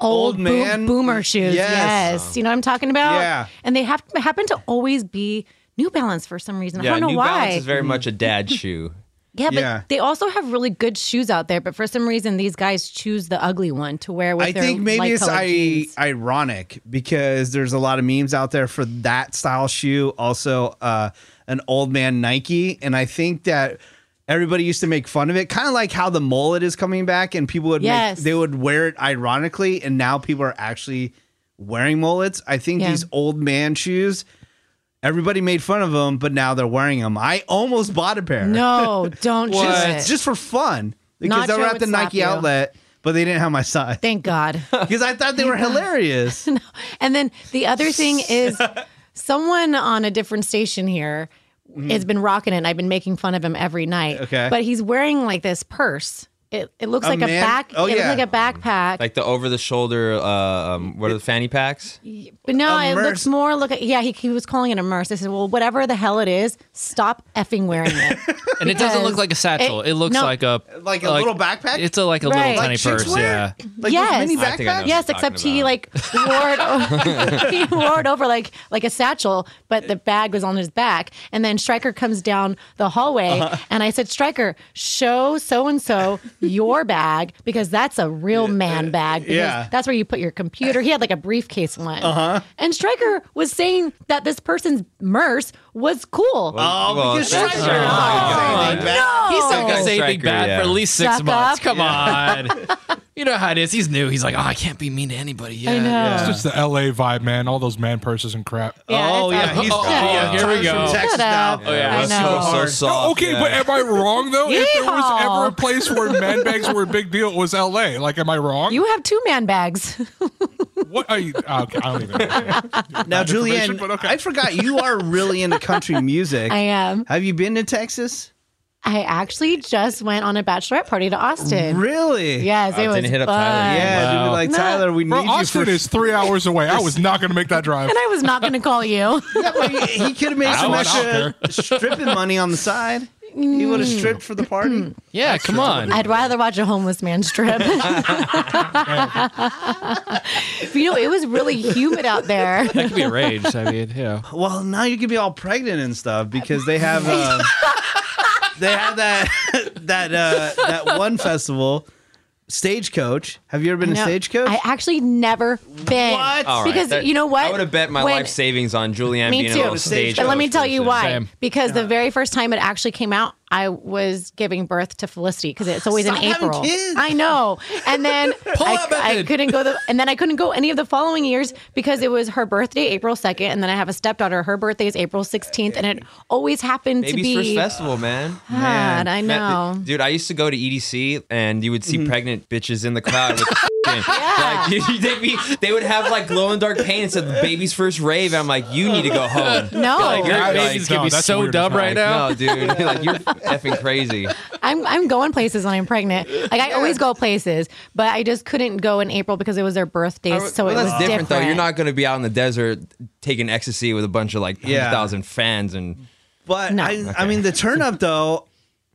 Speaker 3: old, boom-
Speaker 1: man.
Speaker 3: boomer shoes.
Speaker 1: Yes.
Speaker 3: Yes. you know what I'm talking about.
Speaker 1: Yeah.
Speaker 3: and they have happen to always be. New Balance for some reason. I
Speaker 5: Yeah,
Speaker 3: don't know
Speaker 5: New
Speaker 3: why.
Speaker 5: Balance is very much a dad shoe.
Speaker 3: yeah, but
Speaker 1: Yeah.
Speaker 3: they also have really good shoes out there. But for some reason, these guys choose the ugly one to wear with
Speaker 1: I
Speaker 3: their
Speaker 1: think maybe it's
Speaker 3: light-colored
Speaker 1: I,
Speaker 3: jeans.
Speaker 1: ironic because there's a lot of memes out there for that style shoe. Also, uh, an old man Nike, and I think that everybody used to make fun of it, kind of like how the mullet is coming back, and people would
Speaker 3: Yes.
Speaker 1: make, they would wear it ironically, and now people are actually wearing mullets. I think
Speaker 3: Yeah.
Speaker 1: these old man shoes. Everybody made fun of them, but now they're wearing them. I almost bought a pair. [laughs]
Speaker 3: No, don't choose it.
Speaker 1: just, just for fun because they
Speaker 3: Nacho
Speaker 1: were at
Speaker 3: would
Speaker 1: the
Speaker 3: slap
Speaker 1: Nike
Speaker 3: you.
Speaker 1: outlet, but they didn't have my size [laughs]
Speaker 3: Thank God.
Speaker 1: because I thought they were [laughs] hilarious. [laughs]
Speaker 3: And then the other thing is someone on a different station here has been rocking it. and I've been making fun of him every night.
Speaker 1: Mm-hmm. Okay.
Speaker 3: But he's wearing like this purse. It, it looks
Speaker 1: A
Speaker 3: like
Speaker 1: man-
Speaker 3: a back.
Speaker 1: oh,
Speaker 3: it
Speaker 1: yeah.
Speaker 3: looks like a backpack.
Speaker 5: Like the over the shoulder, uh, um, what are the fanny packs?
Speaker 3: but no,
Speaker 1: a
Speaker 3: it
Speaker 1: merce.
Speaker 3: looks more look. Yeah, he, he was calling it a merce. I said, well, whatever the hell it is, stop effing wearing
Speaker 1: [laughs]
Speaker 3: it.
Speaker 2: and it doesn't look
Speaker 3: Because
Speaker 2: like a satchel. It,
Speaker 3: it-
Speaker 2: looks
Speaker 3: no.
Speaker 2: like a
Speaker 1: Like a little backpack?
Speaker 2: It's a, like a
Speaker 3: Right.
Speaker 2: little
Speaker 3: Like
Speaker 2: tiny
Speaker 1: chicks
Speaker 2: purse.
Speaker 1: wear?
Speaker 2: Yeah,
Speaker 1: Like
Speaker 3: Yes.
Speaker 1: those mini
Speaker 5: I think I
Speaker 1: backpacks?
Speaker 5: know.
Speaker 3: Yes,
Speaker 5: talking
Speaker 3: except he
Speaker 5: about.
Speaker 3: like wore it over, [laughs] he wore it over like like a satchel, but the bag was on his back. And then Stryker comes down the hallway,
Speaker 1: Uh-huh.
Speaker 3: and I said, "Stryker, show so and so your bag because that's a real man bag. Because
Speaker 1: uh, Yeah.
Speaker 3: that's where you put your computer." He had like a briefcase one, uh-huh. and Stryker was saying that this person's merce was cool.
Speaker 1: Oh,
Speaker 5: Well,
Speaker 1: because
Speaker 5: that's-
Speaker 1: Stryker
Speaker 5: Oh,
Speaker 1: not
Speaker 2: God.
Speaker 1: saying that.
Speaker 2: he's not
Speaker 5: Striker,
Speaker 2: gonna say anything
Speaker 5: Striker,
Speaker 2: bad
Speaker 5: yeah.
Speaker 2: for at least six
Speaker 3: Suck
Speaker 2: months.
Speaker 3: up.
Speaker 2: Come on, you know how it is. He's new. He's like, oh, I can't be mean to anybody. Yeah,
Speaker 3: I know.
Speaker 2: yeah.
Speaker 4: It's just the LA vibe, man. All those man purses and crap.
Speaker 1: Oh,
Speaker 3: it's
Speaker 1: yeah.
Speaker 3: awful. [laughs]
Speaker 1: He's
Speaker 2: Oh, yeah, here we
Speaker 1: Tyler's from
Speaker 2: go.
Speaker 1: Texas
Speaker 3: Shut up.
Speaker 1: now.
Speaker 3: Oh, yeah. I
Speaker 5: That's
Speaker 3: know.
Speaker 5: So, so soft.
Speaker 4: Okay,
Speaker 5: yeah.
Speaker 4: but am I wrong though? If there was
Speaker 3: Yeehaw.
Speaker 4: ever a place where man bags were a big deal, it was LA. Like, am I wrong?
Speaker 3: You have two man bags. [laughs]
Speaker 4: what are you? ah, okay, I don't even. Know.
Speaker 1: Now,
Speaker 4: information,
Speaker 1: Julianne,
Speaker 4: but okay.
Speaker 1: I forgot you are really into country music.
Speaker 3: [laughs] I am.
Speaker 1: Have you been to Texas?
Speaker 3: I actually just went on a bachelorette party to Austin.
Speaker 1: Really?
Speaker 5: [laughs]
Speaker 3: Yes, it was
Speaker 5: didn't hit up
Speaker 3: fun.
Speaker 5: Tyler.
Speaker 1: Yeah, dude, like
Speaker 3: No.
Speaker 1: Tyler, we
Speaker 4: Bro,
Speaker 1: need
Speaker 4: Austin
Speaker 1: you for.
Speaker 4: is three hours away. I was not going to make that drive.
Speaker 3: And I was not going to call you.
Speaker 1: [laughs]
Speaker 5: [laughs]
Speaker 1: Yeah, but he he could have made some
Speaker 4: went out
Speaker 1: extra stripping money on the side. He would have
Speaker 3: Mm.
Speaker 1: stripped for the party.
Speaker 2: Yeah, come on.
Speaker 3: I'd rather watch a homeless man strip.
Speaker 5: [laughs]
Speaker 3: you know, it was really humid out there.
Speaker 2: That could be a
Speaker 3: [laughs]
Speaker 2: rage. Oh, I mean, yeah.
Speaker 1: Well, now you could be all pregnant and stuff because they have uh, they have that [laughs] that uh, that one festival, Stagecoach. Have you ever been to
Speaker 3: No,
Speaker 1: Stagecoach?
Speaker 3: I actually never been.
Speaker 1: What?
Speaker 5: All right,
Speaker 3: Because
Speaker 5: that-
Speaker 3: you know what?
Speaker 5: I would have bet my
Speaker 3: When-
Speaker 5: life savings on Julianne
Speaker 3: Me
Speaker 5: being
Speaker 3: too.
Speaker 5: a little
Speaker 3: But
Speaker 5: stage.
Speaker 3: But let me tell you why.
Speaker 2: Same.
Speaker 3: Because the very first time it actually came out, I was giving birth to Felicity because it's always in
Speaker 1: Stop having
Speaker 3: April.
Speaker 1: kids.
Speaker 3: I know. And
Speaker 5: [laughs]
Speaker 3: then I,
Speaker 2: out
Speaker 3: I
Speaker 2: method.
Speaker 3: couldn't go the and then I couldn't go any of the following years because it was her birthday, April second, and then I have a stepdaughter. Her birthday is April sixteenth, and it always happened to
Speaker 5: Baby's
Speaker 3: be
Speaker 5: first festival, man.
Speaker 3: God, [sighs] I know. Mm-hmm.
Speaker 5: Man, th- dude, I used to go to EDC and you would see pregnant bitches in the crowd.
Speaker 3: [laughs]
Speaker 5: With yeah. like, [laughs] they'd be, they would have like glow in dark paint and said baby's first rave. I'm like, you need to go home.
Speaker 3: [laughs] No,
Speaker 2: Like, your
Speaker 5: Like,
Speaker 2: baby's gonna
Speaker 4: no,
Speaker 2: be
Speaker 4: that's
Speaker 2: so
Speaker 4: weird as
Speaker 2: dumb
Speaker 4: hell.
Speaker 2: right
Speaker 5: Like,
Speaker 2: now.
Speaker 3: [laughs]
Speaker 5: no, dude, like you're effing crazy.
Speaker 3: I'm I'm going places when I'm pregnant. Like I always go places, but I just couldn't go in April because it was their birthdays, so
Speaker 5: Well,
Speaker 3: it was
Speaker 5: that's different,
Speaker 3: different.
Speaker 5: though. You're not going to be out in the desert taking ecstasy with a bunch of like
Speaker 1: Yeah.
Speaker 5: 100,000 fans and
Speaker 1: But
Speaker 3: No.
Speaker 1: I, I mean, the turn up though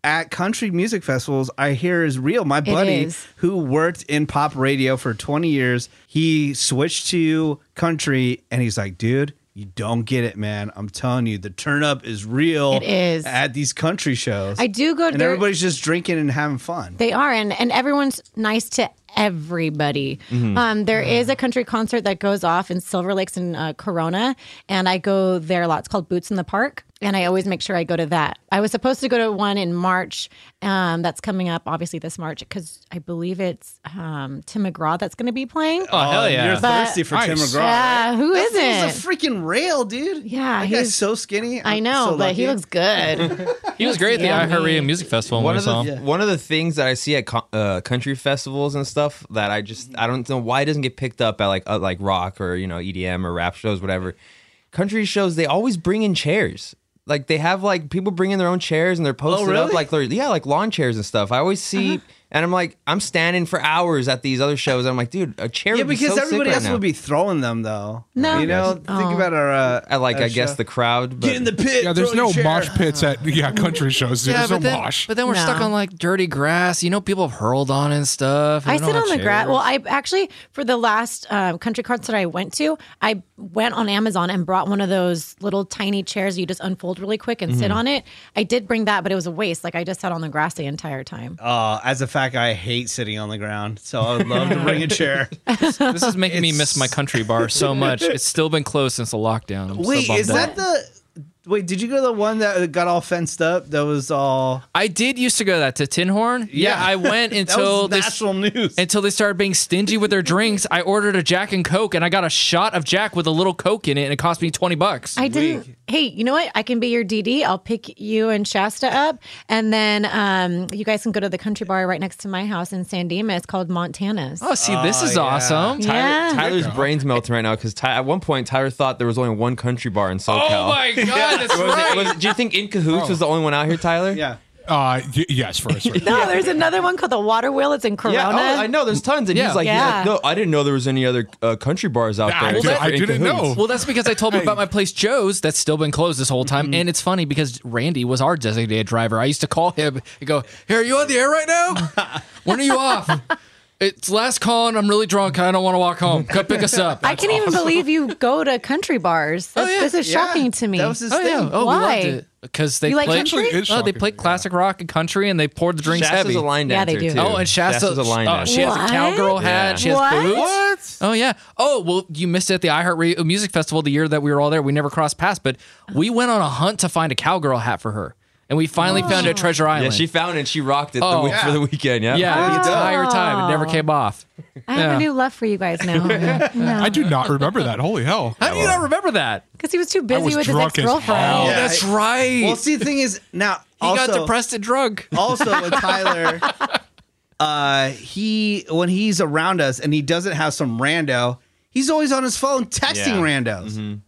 Speaker 1: at country music festivals, I hear is real. My buddy
Speaker 3: is.
Speaker 1: who worked in pop radio for 20 years, he switched to country and he's like, dude, you don't get it, man. I'm telling you, the turn up is real.
Speaker 3: It is.
Speaker 1: at these country shows.
Speaker 3: I do go to
Speaker 1: and everybody's just drinking and having fun.
Speaker 3: They are, and and everyone's nice to everybody.
Speaker 1: Mm-hmm.
Speaker 3: Um, there is a country concert that goes off in Silver Lakes in uh, Corona, and I go there a lot. It's called Boots in the Park, and I always make sure I go to that. I was supposed to go to one in March. Um, that's coming up, obviously this March, because I believe it's um, Tim McGraw that's going to be playing.
Speaker 2: Oh hell yeah.
Speaker 1: You're
Speaker 3: But-
Speaker 1: thirsty for
Speaker 4: Nice.
Speaker 1: Tim McGraw.
Speaker 3: yeah, who
Speaker 1: That thing's
Speaker 3: isn't?
Speaker 1: a freaking rail, dude.
Speaker 3: Yeah,
Speaker 1: that
Speaker 3: he's-
Speaker 1: guy's so skinny.
Speaker 3: I
Speaker 1: I'm
Speaker 3: know,
Speaker 1: so
Speaker 3: but he
Speaker 1: lucky.
Speaker 3: looks
Speaker 1: [laughs]
Speaker 3: good.
Speaker 2: He was great at the
Speaker 3: Yeah,
Speaker 2: I Hurry
Speaker 3: me.
Speaker 2: Music Festival.
Speaker 5: one
Speaker 2: One
Speaker 5: of
Speaker 2: saw
Speaker 5: the
Speaker 2: him.
Speaker 5: one of the things that I see at co- uh, country festivals and stuff that I just
Speaker 1: Mm-hmm.
Speaker 5: I don't know why it doesn't get picked up at like uh, like rock or you know EDM or rap shows whatever. Country shows they always bring in chairs. Like they have like people bring in their own chairs and they're posted up
Speaker 1: Oh, really? Uh-huh.
Speaker 5: like they're- yeah like lawn chairs and stuff. I always see and I'm like I'm standing for hours at these other shows. I'm like dude a chair
Speaker 1: Yeah,
Speaker 5: would be
Speaker 1: because
Speaker 5: so sick
Speaker 1: everybody
Speaker 5: right
Speaker 1: else
Speaker 5: now.
Speaker 1: would be throwing them though.
Speaker 3: No. Oh.
Speaker 1: you know, think about our. Uh,
Speaker 5: I like
Speaker 1: our
Speaker 5: I guess
Speaker 1: show.
Speaker 5: the crowd. But
Speaker 1: get in the pit.
Speaker 4: yeah, there's
Speaker 1: throw your
Speaker 4: no
Speaker 1: chair.
Speaker 4: mosh pits at yeah country shows. Dude. there's no
Speaker 2: but then,
Speaker 4: mosh.
Speaker 2: but then we're
Speaker 3: No.
Speaker 2: stuck on like dirty grass. You know, people have hurled on and stuff. and
Speaker 3: I
Speaker 2: they
Speaker 3: sit
Speaker 2: don't
Speaker 3: on
Speaker 2: have
Speaker 3: the grass.
Speaker 2: chairs.
Speaker 3: Well, I actually for the last uh, country concert I went to, I went on Amazon and brought one of those little tiny chairs you just unfold really quick and sit on it. I did bring that, but it was a waste. Like I just sat on the grass the entire time.
Speaker 1: Uh, as a fact, I hate sitting on the ground, so I would love to bring
Speaker 3: [laughs]
Speaker 1: a chair.
Speaker 2: this is making me miss my country bar [laughs] so much. It's still been closed since the lockdown. I'm so
Speaker 1: Wait,
Speaker 2: bummed
Speaker 1: is that
Speaker 2: out.
Speaker 1: the? Wait, did you go to the one that got all fenced up? That was all.
Speaker 2: I did used to go to that to Tin Horn. Yeah,
Speaker 1: Yeah.
Speaker 2: I [laughs] went
Speaker 1: That
Speaker 2: until
Speaker 1: was
Speaker 2: this.
Speaker 1: national news.
Speaker 2: Until they started being stingy with their drinks, I ordered a Jack and Coke, and I got a shot of Jack with a little Coke in it, and it cost me twenty bucks.
Speaker 3: I didn't. Hey, you know what? I can be your DD. I'll pick you and Shasta up, and then um, you guys can go to the country bar right next to my house in San Dimas called Montana's.
Speaker 2: oh, see, this is awesome.
Speaker 3: Yeah.
Speaker 5: Tyler's brain's melting right now because Ty- at one point Tyler thought there was only one country bar in SoCal. [laughs]
Speaker 2: Oh my god, that's
Speaker 5: Was it- was
Speaker 2: right.
Speaker 5: it- do you think In Cahoots
Speaker 2: Oh.
Speaker 5: was the only one out here, Tyler?
Speaker 1: Yeah.
Speaker 4: Uh, y- yes, for us.
Speaker 3: No, there's another one called the Water Wheel. It's in Corona.
Speaker 5: Yeah, oh, I know. There's tons, and
Speaker 2: Yeah.
Speaker 5: he's like,
Speaker 3: Yeah.
Speaker 5: yeah. no, I didn't know there was any other uh, country bars out
Speaker 4: Nah,
Speaker 5: there.
Speaker 4: I
Speaker 5: except
Speaker 4: did- I
Speaker 5: for In
Speaker 4: didn't
Speaker 5: Cahoots."
Speaker 4: know.
Speaker 2: Well, that's because I told him about my place, Joe's, that's still been closed this whole
Speaker 3: Mm-hmm.
Speaker 2: time. And it's funny because Randy was our designated driver. I used to call him and go, Hey, are you on the air
Speaker 3: [laughs]
Speaker 2: right now? When are you off? It's last call and I'm really drunk. and I don't want to walk home. Come pick us up.
Speaker 3: [laughs] I can't even believe you go to country bars. That's,
Speaker 2: yeah.
Speaker 3: This is
Speaker 1: Oh, Yeah.
Speaker 3: shocking to me.
Speaker 1: That was his
Speaker 2: Oh,
Speaker 1: thing.
Speaker 2: yeah. Oh,
Speaker 3: Why?
Speaker 2: we loved it. Because they
Speaker 3: You like
Speaker 2: played,
Speaker 3: country?
Speaker 4: Actually, it is
Speaker 2: oh, they
Speaker 4: shocking.
Speaker 2: played classic rock and country and they poured the drinks
Speaker 5: Shasta's
Speaker 2: heavy.
Speaker 5: a line
Speaker 3: Yeah,
Speaker 5: dancer.
Speaker 3: they do.
Speaker 5: Too.
Speaker 2: Oh, and Shasta,
Speaker 5: Shasta's a line
Speaker 2: oh,
Speaker 5: dancer.
Speaker 2: she has a
Speaker 3: What?
Speaker 2: cowgirl hat.
Speaker 5: Yeah.
Speaker 2: She has
Speaker 3: What?
Speaker 2: boots.
Speaker 1: What?
Speaker 2: Oh yeah. Oh well, you missed it at the iHeartRadio Music Festival the year that we were all there. We never crossed paths, but we went on a hunt to find a cowgirl hat for her, and we finally found it at Treasure Island.
Speaker 5: Yeah, she Oh. found it. She rocked it
Speaker 2: Oh.
Speaker 5: the week for the weekend. Yeah.
Speaker 2: yeah, the entire time it never came off.
Speaker 3: I have a new love for you guys
Speaker 1: [laughs]
Speaker 3: now. Because
Speaker 4: I do not remember that. Holy hell!
Speaker 2: How do you not remember that?
Speaker 3: he was too busy
Speaker 4: was
Speaker 3: with his ex
Speaker 4: drunk as
Speaker 3: girlfriend.
Speaker 4: hell.
Speaker 2: Oh,
Speaker 4: Yeah.
Speaker 2: that's right.
Speaker 1: Well, see, the thing is, now
Speaker 2: he
Speaker 1: also,
Speaker 2: got depressed and drunk.
Speaker 1: also with Tyler, uh, he when he's around us and he doesn't have some rando, he's always on his phone texting
Speaker 5: Yeah.
Speaker 1: randos.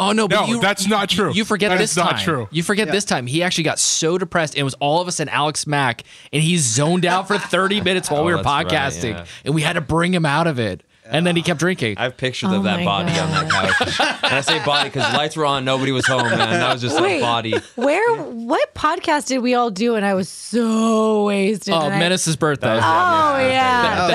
Speaker 2: Oh no, but
Speaker 4: No,
Speaker 2: you,
Speaker 4: that's not true.
Speaker 2: You forget
Speaker 4: That
Speaker 2: this
Speaker 4: is not
Speaker 2: time.
Speaker 4: true.
Speaker 2: You forget this time. He actually got so depressed, and it was all of us and Alex Mack, and he zoned out for
Speaker 5: [laughs]
Speaker 2: 30 minutes while we
Speaker 5: Oh,
Speaker 2: were
Speaker 5: that's right,
Speaker 2: podcasting,
Speaker 5: yeah.
Speaker 2: and we had to bring him out of it. And then he kept drinking.
Speaker 5: I have pictures
Speaker 3: Oh
Speaker 5: of
Speaker 3: my
Speaker 5: that body
Speaker 3: God.
Speaker 5: on that couch. and I say body because lights were on, nobody was home, man. That was just
Speaker 3: Wait.
Speaker 5: a body.
Speaker 3: Where? What podcast did we all do? And I was so wasted.
Speaker 2: oh,
Speaker 3: and I-
Speaker 2: Menace's birthday.
Speaker 3: Oh yeah,
Speaker 1: That-
Speaker 3: that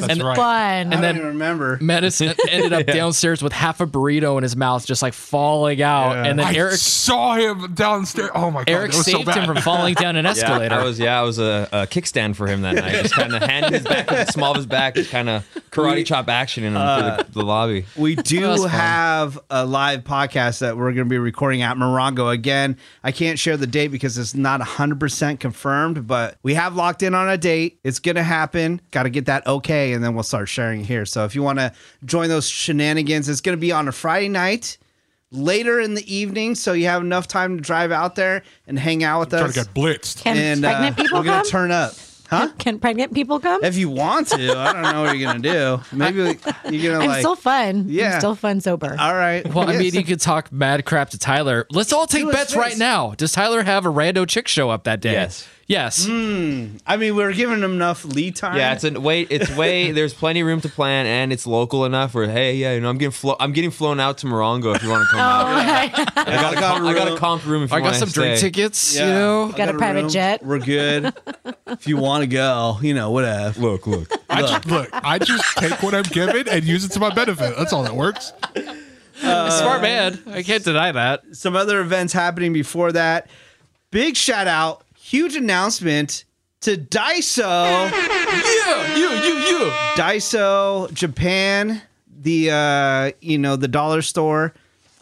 Speaker 4: that's
Speaker 3: was
Speaker 4: right.
Speaker 3: fun.
Speaker 1: I
Speaker 2: And
Speaker 1: don't
Speaker 2: then-
Speaker 1: even remember.
Speaker 2: Menace
Speaker 5: [laughs]
Speaker 2: ended up downstairs with half a burrito in his mouth, just like falling out. And then
Speaker 4: I
Speaker 2: Eric
Speaker 4: saw him downstairs. Oh my god!
Speaker 2: Eric
Speaker 4: it was so
Speaker 2: saved him
Speaker 4: bad.
Speaker 2: from falling
Speaker 4: [laughs]
Speaker 2: down an
Speaker 5: Yeah,
Speaker 2: escalator.
Speaker 5: I was yeah, I was a, a kickstand for him that night. [laughs] Just kind of handed his back, with the small of his back, just kind of karate chop action in him through the, the lobby.
Speaker 2: [laughs]
Speaker 1: We do
Speaker 2: was fun.
Speaker 1: have a live podcast that we're going to be recording at Morongo again. I can't share the date because it's not 100% confirmed, but we have locked in on a date. It's going to happen. Got to get that okay, and then we'll start sharing here. So if you want to join those shenanigans, it's going to be on a Friday night later in the evening. So you have enough time to drive out there and hang out with
Speaker 4: Trying
Speaker 1: us.
Speaker 4: to get blitzed.
Speaker 3: Can
Speaker 1: and
Speaker 3: pregnant
Speaker 1: uh,
Speaker 3: people
Speaker 1: we're going
Speaker 3: come?
Speaker 1: to turn up. Huh?
Speaker 3: Can pregnant people come?
Speaker 1: If you want to, I don't know what you're going to do. Maybe
Speaker 2: [laughs]
Speaker 1: you're going to
Speaker 3: I'm
Speaker 1: like.
Speaker 3: still fun.
Speaker 1: Yeah.
Speaker 3: I'm still fun sober. [laughs]
Speaker 1: all right.
Speaker 2: well, I
Speaker 1: Yes.
Speaker 2: mean, you could talk mad crap to Tyler. Let's all take
Speaker 1: his
Speaker 2: bets
Speaker 1: face.
Speaker 2: right now. Does Tyler have a rando chick show up that day?
Speaker 5: Yes.
Speaker 2: Yes.
Speaker 4: Mm.
Speaker 1: I mean, we were giving them enough lead time.
Speaker 5: Yeah, it's a wait. It's way. There's plenty of room to plan, and it's local enough where hey, yeah, you know, I'm getting flo- I'm getting flown out to Morongo if you want to come
Speaker 3: Oh.
Speaker 5: out.
Speaker 3: I
Speaker 5: I got a
Speaker 1: got
Speaker 5: comp- I got
Speaker 1: room.
Speaker 5: a comp room if you
Speaker 2: I got
Speaker 5: wanna
Speaker 2: some drink
Speaker 5: stay.
Speaker 2: tickets,
Speaker 1: Yeah.
Speaker 2: you know.
Speaker 1: I
Speaker 3: Got a private
Speaker 1: room.
Speaker 3: jet.
Speaker 1: We're
Speaker 3: [laughs]
Speaker 1: good. if you want to go, you know, whatever.
Speaker 5: Look, look.
Speaker 4: I just look. I just take what I'm given and use it to my benefit. That's all that works.
Speaker 2: Smart man. I can't deny that.
Speaker 1: Some other events happening before that. Big shout out, huge announcement to Daiso,
Speaker 2: Yeah, you, you, you.
Speaker 1: Daiso Japan, the uh, you know the dollar store.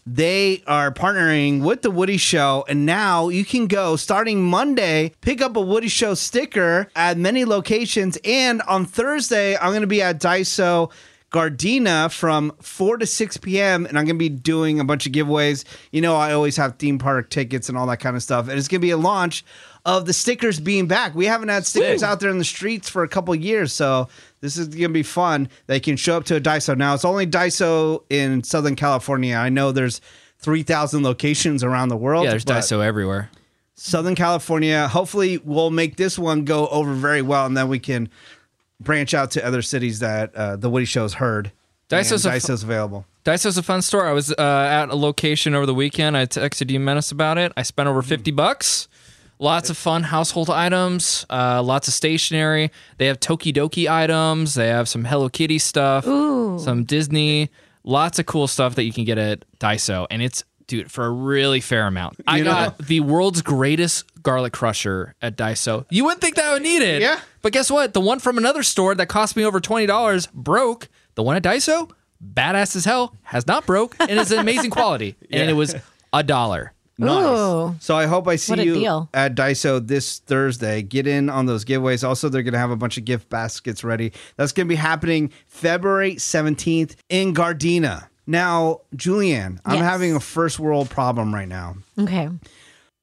Speaker 1: They are partnering with the Woody Show, and now you can go starting Monday, pick up a Woody Show sticker at many locations. And on Thursday, I'm going to be at Daiso Gardena from 4 to 6 p.m., and I'm going to be doing a bunch of giveaways. You know, I always have theme park tickets and all that kind of stuff. And it's going to be a launch of the stickers being back. We haven't had stickers out there in the streets for a couple years, so this is going to be fun. They can show up to a Daiso. Now, it's only Daiso in Southern California. I know there's 3,000 locations around the world.
Speaker 2: Yeah, there's
Speaker 1: but
Speaker 2: Daiso everywhere.
Speaker 1: Southern California. Hopefully, we'll make this one go over very well, and then we can branch out to other cities that uh, the Woody Show's heard.
Speaker 2: Daiso's
Speaker 1: And
Speaker 2: a-
Speaker 1: Daiso's available.
Speaker 2: Daiso's a fun store. I was uh, at a location over the weekend. I texted you Menace about it. I spent
Speaker 1: Hmm.
Speaker 2: over 50 bucks. Lots of fun household items, uh, lots of stationery. They have Tokidoki items. They have some Hello Kitty stuff, some Disney, lots of cool stuff that you can get at Daiso. And it's, dude, for a really fair amount. I
Speaker 1: You know-
Speaker 2: got the world's greatest garlic crusher at Daiso. You wouldn't think that I would need it.
Speaker 1: Yeah.
Speaker 2: But guess what? The one from another store that cost me over $20 broke. The one at Daiso, badass as hell, has not broke and is an
Speaker 3: [laughs]
Speaker 2: amazing quality. And it was a dollar.
Speaker 3: Ooh.
Speaker 1: So I hope I see
Speaker 3: What a
Speaker 1: you
Speaker 3: deal.
Speaker 1: at Daiso this Thursday. Get in on those giveaways. Also, they're going to have a bunch of gift baskets ready. That's going to be happening February 17th in Gardena. Now, Julianne, I'm
Speaker 3: Yes.
Speaker 1: having a first world problem right now.
Speaker 3: Okay.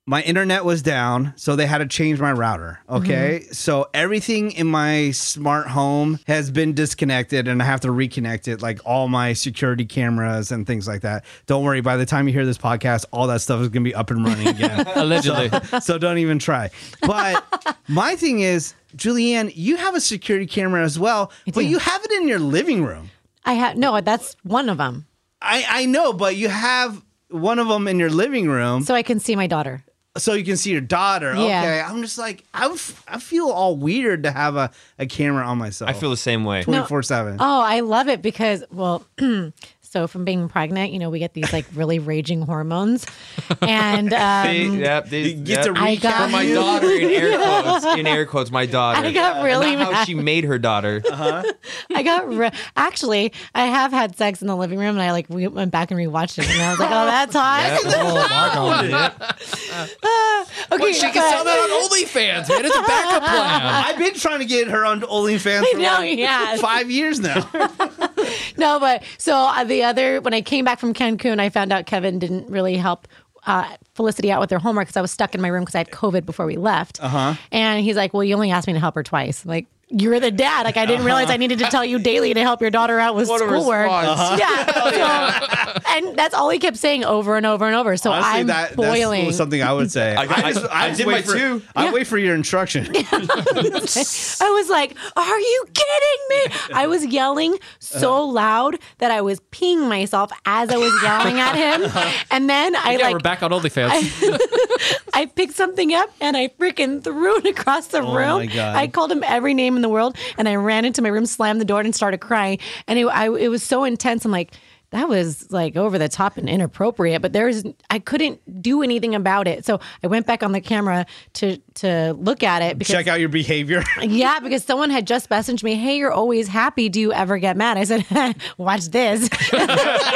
Speaker 1: my internet was down, so they had to change my router. Okay. So everything in my smart home has been disconnected and I have to reconnect it, like all my security cameras and things like that. Don't worry, by the time you hear this podcast, all that stuff is going to be up and running again.
Speaker 2: Allegedly.
Speaker 1: so don't even try. But my thing is, Julianne, you have a security camera as well, but
Speaker 3: do.
Speaker 1: you have it in your living room.
Speaker 3: I have no. That's one of them,
Speaker 1: I, I know, but you have one of them in your living room
Speaker 3: so I can see my daughter.
Speaker 1: so you can see your daughter.
Speaker 3: Yeah.
Speaker 1: Okay. I'm just like, I, would f- I feel all weird to have a, a camera on myself.
Speaker 5: I feel the same way.
Speaker 1: 24 7.
Speaker 3: Oh, I love it because well, [clears throat] so from being pregnant, you know, we get these like really raging hormones,
Speaker 2: [laughs]
Speaker 3: and um,
Speaker 5: yep, these-
Speaker 1: You get
Speaker 5: yep.
Speaker 1: to
Speaker 3: I
Speaker 1: recap
Speaker 3: got
Speaker 5: for my daughter in air quotes.
Speaker 1: [laughs]
Speaker 5: In air quotes, my daughter.
Speaker 3: I got really
Speaker 5: Not how
Speaker 3: mad.
Speaker 5: she made her daughter.
Speaker 1: Uh-huh.
Speaker 3: I got re- actually, I have had sex in the living room, and I like re- went back and rewatched it, and I was like, oh, that's
Speaker 2: [laughs]
Speaker 3: hot.
Speaker 4: Oh my god.
Speaker 1: [laughs]
Speaker 3: [laughs] Okay,
Speaker 2: She can
Speaker 3: but-
Speaker 2: sell that on OnlyFans, man. It's a
Speaker 3: [laughs]
Speaker 2: backup plan.
Speaker 1: I've been trying to get her on OnlyFans for
Speaker 3: No,
Speaker 1: like
Speaker 3: yes.
Speaker 1: five years
Speaker 3: [laughs]
Speaker 1: now.
Speaker 3: No, but so uh, the other when I came back from Cancun, I found out Kevin didn't really help uh, Felicity out with their homework because I was stuck in my room because I had COVID before we left. Uh-huh. And he's like, "Well, you only asked me to help her twice." I'm like. You're the dad. Like I
Speaker 1: Uh-huh.
Speaker 3: didn't realize I needed to tell you daily to help your daughter out with
Speaker 5: What a
Speaker 3: schoolwork.
Speaker 5: response. [laughs]
Speaker 3: Yeah, so- and that's all he kept saying over and over and over. So
Speaker 1: Honestly,
Speaker 3: I'm
Speaker 1: that,
Speaker 3: boiling.
Speaker 1: that's something I would say. I,
Speaker 5: got-
Speaker 1: just-
Speaker 5: I- I
Speaker 1: just
Speaker 5: did
Speaker 1: wait
Speaker 5: my
Speaker 1: for,
Speaker 5: two.
Speaker 1: I wait for your
Speaker 3: [laughs]
Speaker 1: instruction.
Speaker 3: I was like, "Are you kidding me?" I was yelling
Speaker 2: Uh-huh.
Speaker 3: so loud that I was peeing myself as I was yelling at
Speaker 2: [laughs]
Speaker 3: him, and then I
Speaker 2: Yeah,
Speaker 3: like
Speaker 2: we're back on OnlyFans.
Speaker 3: I picked something up and I freaking threw it across
Speaker 2: Oh
Speaker 3: the room.
Speaker 1: my God.
Speaker 3: I called him every name in the world and I ran into my room, slammed the door, and started crying. And it, I, it was so intense. I'm like, that was like over the top and inappropriate, but there's I couldn't do anything about it. So I went back on the camera to to look at it because
Speaker 1: Check out your
Speaker 3: [laughs]
Speaker 1: behavior.
Speaker 3: yeah, because someone had just messaged me, "Hey, you're always happy. Do you ever get mad?" I said, [laughs] "Watch this." [laughs]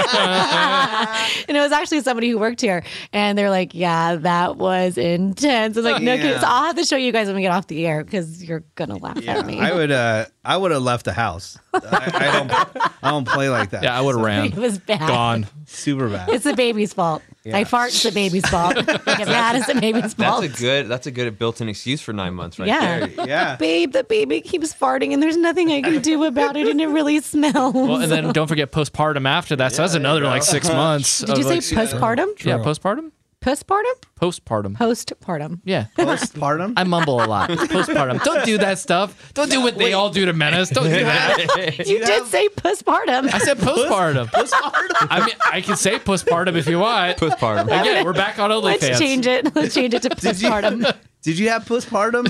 Speaker 3: and it was actually somebody who worked here, and they're like, "Yeah, that was intense." I was like, "No,
Speaker 1: Yeah.
Speaker 3: so I'll have to show you guys when we get off the air because you're gonna laugh at me." [laughs]
Speaker 1: I would uh I would have left the house. I, I don't I don't play like that.
Speaker 3: [laughs]
Speaker 2: yeah, I would have
Speaker 3: it
Speaker 2: ran.
Speaker 3: was bad.
Speaker 2: Gone.
Speaker 1: Super bad.
Speaker 3: It's the baby's fault. I fart. It's the baby's fault. I get mad. It's the baby's
Speaker 5: That's
Speaker 3: fault.
Speaker 5: a good. That's a good built-in excuse for nine months, right
Speaker 3: Yeah.
Speaker 5: there.
Speaker 1: yeah.
Speaker 3: [laughs] Babe, the baby keeps farting, and there's nothing I can do about it, and it really smells.
Speaker 2: Well, and then don't forget postpartum after that. So that's another like six months.
Speaker 3: Did you
Speaker 2: of,
Speaker 3: say
Speaker 2: like,
Speaker 3: postpartum?
Speaker 2: Yeah, postpartum?
Speaker 3: Postpartum?
Speaker 2: Postpartum.
Speaker 3: Postpartum.
Speaker 2: yeah.
Speaker 1: Postpartum.
Speaker 2: I mumble
Speaker 3: [laughs]
Speaker 2: a lot. Postpartum. Don't do that stuff. Don't do what they all do to menace. Don't do that.
Speaker 3: You did say postpartum.
Speaker 2: I said postpartum. Postpartum. I mean, I can say postpartum if you want.
Speaker 5: Postpartum.
Speaker 3: [laughs]
Speaker 2: Again, we're back on
Speaker 3: Let's
Speaker 2: OnlyFans.
Speaker 3: change it. Let's
Speaker 1: [laughs]
Speaker 3: change it to postpartum.
Speaker 1: Did you have postpartum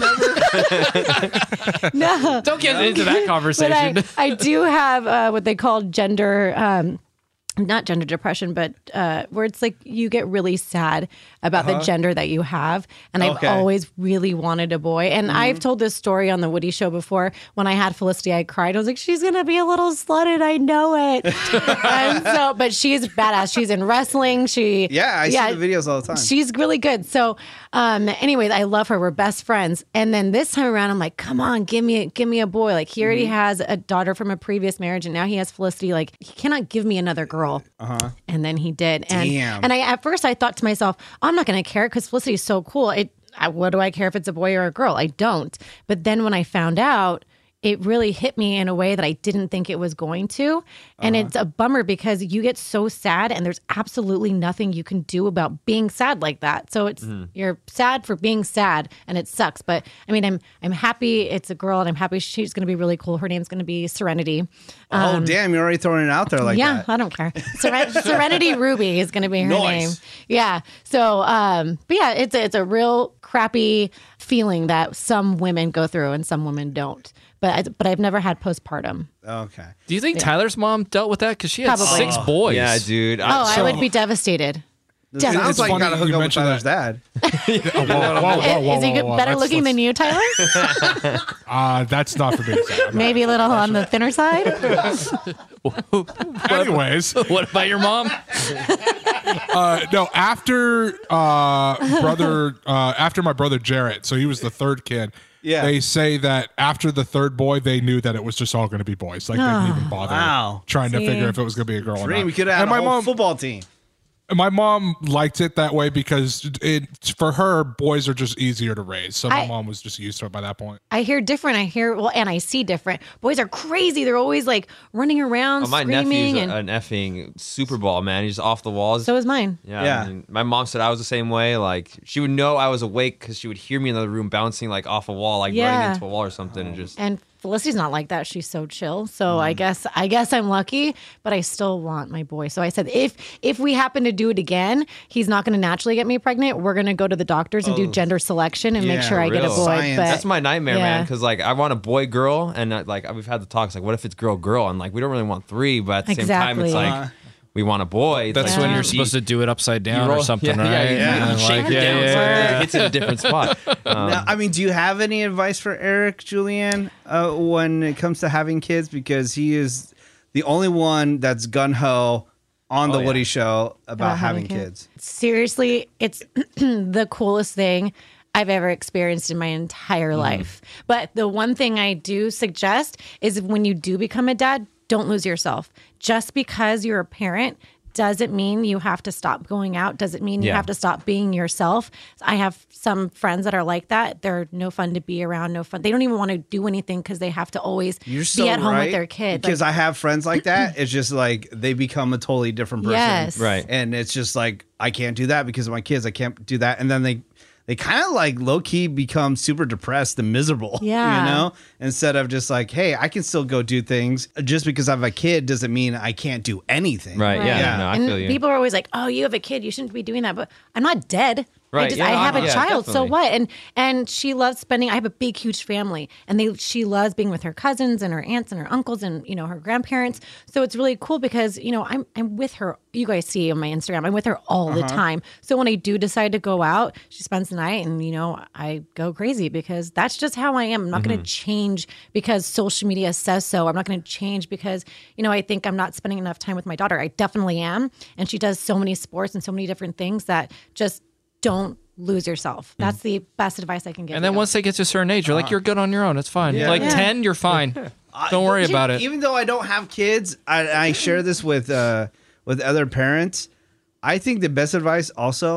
Speaker 1: ever?
Speaker 3: [laughs] no.
Speaker 2: Don't get into that
Speaker 3: But
Speaker 2: conversation.
Speaker 3: I, I do have uh, what they call gender, um, not gender depression, but uh, where it's like you get really sad about the gender that you have. And I've
Speaker 1: Uh-huh. Okay. Mm-hmm.
Speaker 3: always really wanted a boy. And I've told this story on the Woody Show before. When I had Felicity, I cried. I was like, she's going to be a little slutted. I know
Speaker 1: [laughs]
Speaker 3: it. and so, but she's badass. She's in wrestling. She,
Speaker 1: Yeah, I see the videos all the time.
Speaker 3: She's really good. So, um, anyways, I love her. We're best friends. And then this time around, I'm like, come on, give me, a, give me a boy. Like he already has a daughter from a previous marriage, and now he has Felicity. Like he cannot give me another girl. Uh-huh. And then he did. And
Speaker 1: Damn.
Speaker 3: and I at first I thought to myself, I'm not going to care because Felicity is so cool. It, I, what do I care if it's a boy or a girl? I don't. But then when I found out. It really hit me in a way that I didn't think it was going to. And it's a bummer because you get so sad and there's absolutely nothing you can do about being sad like that. So it's you're sad for being sad and it sucks. But I mean I'm I'm happy it's a girl and I'm happy she's gonna be really cool. Her name's gonna be Serenity.
Speaker 1: oh damn, you're already throwing it out there like
Speaker 3: Um, yeah,
Speaker 1: that.
Speaker 3: I don't care.
Speaker 4: [laughs]
Speaker 3: Seren- Serenity Ruby is going to be her
Speaker 1: Nice.
Speaker 3: name. Yeah. So, um, but yeah, it's a, it's a real crappy feeling that some women go through and some women don't. But I, but I've never had postpartum.
Speaker 1: Okay.
Speaker 2: do you think Tyler's mom dealt with that? Because she had
Speaker 3: Probably.
Speaker 2: six boys.
Speaker 5: Yeah, dude.
Speaker 3: Oh,
Speaker 5: I,
Speaker 3: I would be devastated.
Speaker 1: Sounds
Speaker 3: Devastated.
Speaker 4: It's
Speaker 1: like you
Speaker 4: funny
Speaker 1: gotta hook
Speaker 4: you
Speaker 1: up with
Speaker 4: mentioned
Speaker 1: Tyler's dad.
Speaker 4: Whoa, whoa, whoa,
Speaker 3: Is,
Speaker 4: whoa,
Speaker 3: is he
Speaker 4: whoa, whoa.
Speaker 3: better
Speaker 4: That's-
Speaker 3: looking than
Speaker 4: that's-
Speaker 3: you, Tyler?
Speaker 4: [laughs] Uh, that's not for me. to
Speaker 3: [laughs]
Speaker 4: say.
Speaker 3: Maybe a little on the thinner
Speaker 4: [laughs]
Speaker 3: side.
Speaker 4: Anyways,
Speaker 2: What about your mom?
Speaker 4: uh, no. After uh, brother, uh, after my brother Jarrett, so he was the third kid.
Speaker 1: Yeah.
Speaker 4: They say that after the third boy, they knew that it was just all going to be boys. Like they didn't even bother
Speaker 1: Ah. wow.
Speaker 4: trying to
Speaker 3: See?
Speaker 4: figure if it was going to be a girl or
Speaker 1: Dream,
Speaker 4: not.
Speaker 1: we could have had
Speaker 4: and
Speaker 1: a
Speaker 4: my
Speaker 1: whole
Speaker 4: mom,
Speaker 1: football team.
Speaker 4: my mom liked it that way because it for her boys are just easier to raise. So my
Speaker 3: I-
Speaker 4: mom was just used to it by that point.
Speaker 3: I hear different. I hear well, and I see different. Boys are crazy. They're always like running around,
Speaker 5: Well, Oh, my
Speaker 3: screaming,
Speaker 5: nephew's
Speaker 3: and
Speaker 5: an effing Super Bowl man. He's off the walls.
Speaker 3: so is mine.
Speaker 5: yeah,
Speaker 1: Yeah.
Speaker 5: I mean, my mom said I was the same way. Like she would know I was awake because she would hear me in the other room bouncing like off a wall, like
Speaker 3: Yeah.
Speaker 5: running into a wall or something, and just Mm.
Speaker 3: And Felicity's not like that. She's so chill. So I guess I guess I'm lucky, but I still want my boy. So I said if if we happen to do it again, he's not going to naturally get me pregnant. We're going to go to the doctors and do gender selection and make
Speaker 1: Yeah,
Speaker 3: sure I get a
Speaker 5: Oh. real.
Speaker 3: boy.
Speaker 1: Science.
Speaker 3: But
Speaker 5: That's my nightmare, man.
Speaker 3: yeah.
Speaker 5: Because like I want a boy, girl, and uh, like we've had the talks. Like, what if it's girl, girl? And like we don't really want three, but at the same time, it's
Speaker 3: Exactly.
Speaker 5: like
Speaker 1: Uh-huh.
Speaker 5: we want a boy. It's
Speaker 2: That's
Speaker 5: like,
Speaker 2: when
Speaker 5: you-
Speaker 2: you're supposed to do it upside down
Speaker 5: roll-
Speaker 2: or something,
Speaker 5: yeah,
Speaker 2: right?
Speaker 5: yeah, yeah.
Speaker 2: And, like,
Speaker 5: Shake it
Speaker 2: yeah,
Speaker 5: down
Speaker 2: yeah,
Speaker 5: so
Speaker 2: yeah.
Speaker 5: that it hits in a different spot.
Speaker 2: [laughs]
Speaker 5: Um,
Speaker 1: Now, I mean, do you have any advice for Eric, Julianne, uh, when it comes to having kids? Because he is the only one that's gun ho on the
Speaker 5: yeah.
Speaker 1: Woody Show about
Speaker 3: About
Speaker 1: having
Speaker 3: having
Speaker 1: kids.
Speaker 3: seriously, it's [clears throat] the coolest thing I've ever experienced in my
Speaker 5: Mm.
Speaker 3: entire life. But the one thing I do suggest is when you do become a dad, don't lose yourself. Just because you're a parent doesn't mean you have to stop going out, doesn't mean you
Speaker 5: Yeah.
Speaker 3: have to stop being yourself. I have some friends that are like that. They're no fun to be around, no fun. They don't even want to do anything because they have to always
Speaker 1: You're
Speaker 3: be
Speaker 1: so
Speaker 3: at home
Speaker 1: right,
Speaker 3: with their kid.
Speaker 1: Because
Speaker 3: Like,
Speaker 1: I have friends like
Speaker 3: [clears throat]
Speaker 1: that. It's just like they become a totally different person.
Speaker 3: Yes.
Speaker 5: Right.
Speaker 1: And it's just like I can't do that because of my kids. I can't do that. And then they they kind of like low key become super depressed and miserable. [laughs]
Speaker 3: Yeah.
Speaker 1: You know? Instead of just like, hey, I can still go do things. Just because I have a kid doesn't mean I can't do anything.
Speaker 5: right? Yeah.
Speaker 3: Right.
Speaker 5: yeah. No, I
Speaker 3: and
Speaker 5: feel you.
Speaker 3: people are always like, "Oh, you have a kid, you shouldn't be doing that." But I'm not dead. I
Speaker 5: Right,
Speaker 3: just
Speaker 5: yeah,
Speaker 3: I
Speaker 5: no,
Speaker 3: have
Speaker 5: I
Speaker 3: a
Speaker 5: know. Yeah,
Speaker 3: child, so
Speaker 5: definitely.
Speaker 3: what? And and she loves spending. I have a big, huge family, and they she loves being with her cousins and her aunts and her uncles and you know her grandparents. So it's really cool because you know I'm I'm with her. You guys see on my Instagram, I'm with her all
Speaker 5: Uh-huh.
Speaker 3: the time. So when I do decide to go out, she spends the night, and you know I go crazy because that's just how I am. I'm not going
Speaker 5: Mm-hmm.
Speaker 3: to change because social media says so. I'm not going to change because you know I think I'm not spending enough time with my daughter. I definitely am, and she does so many sports and so many different things that just don't lose yourself. That's the best advice I can give.
Speaker 2: And then
Speaker 3: you.
Speaker 2: once they get to a certain age,
Speaker 5: Uh-huh.
Speaker 2: you're like, you're good on your own. It's fine. Like 10, you're fine.
Speaker 3: [laughs] Uh,
Speaker 2: Don't worry
Speaker 1: Even-
Speaker 2: about it.
Speaker 1: Even though I don't have kids, I, I share this with uh, with other parents. I think the best advice also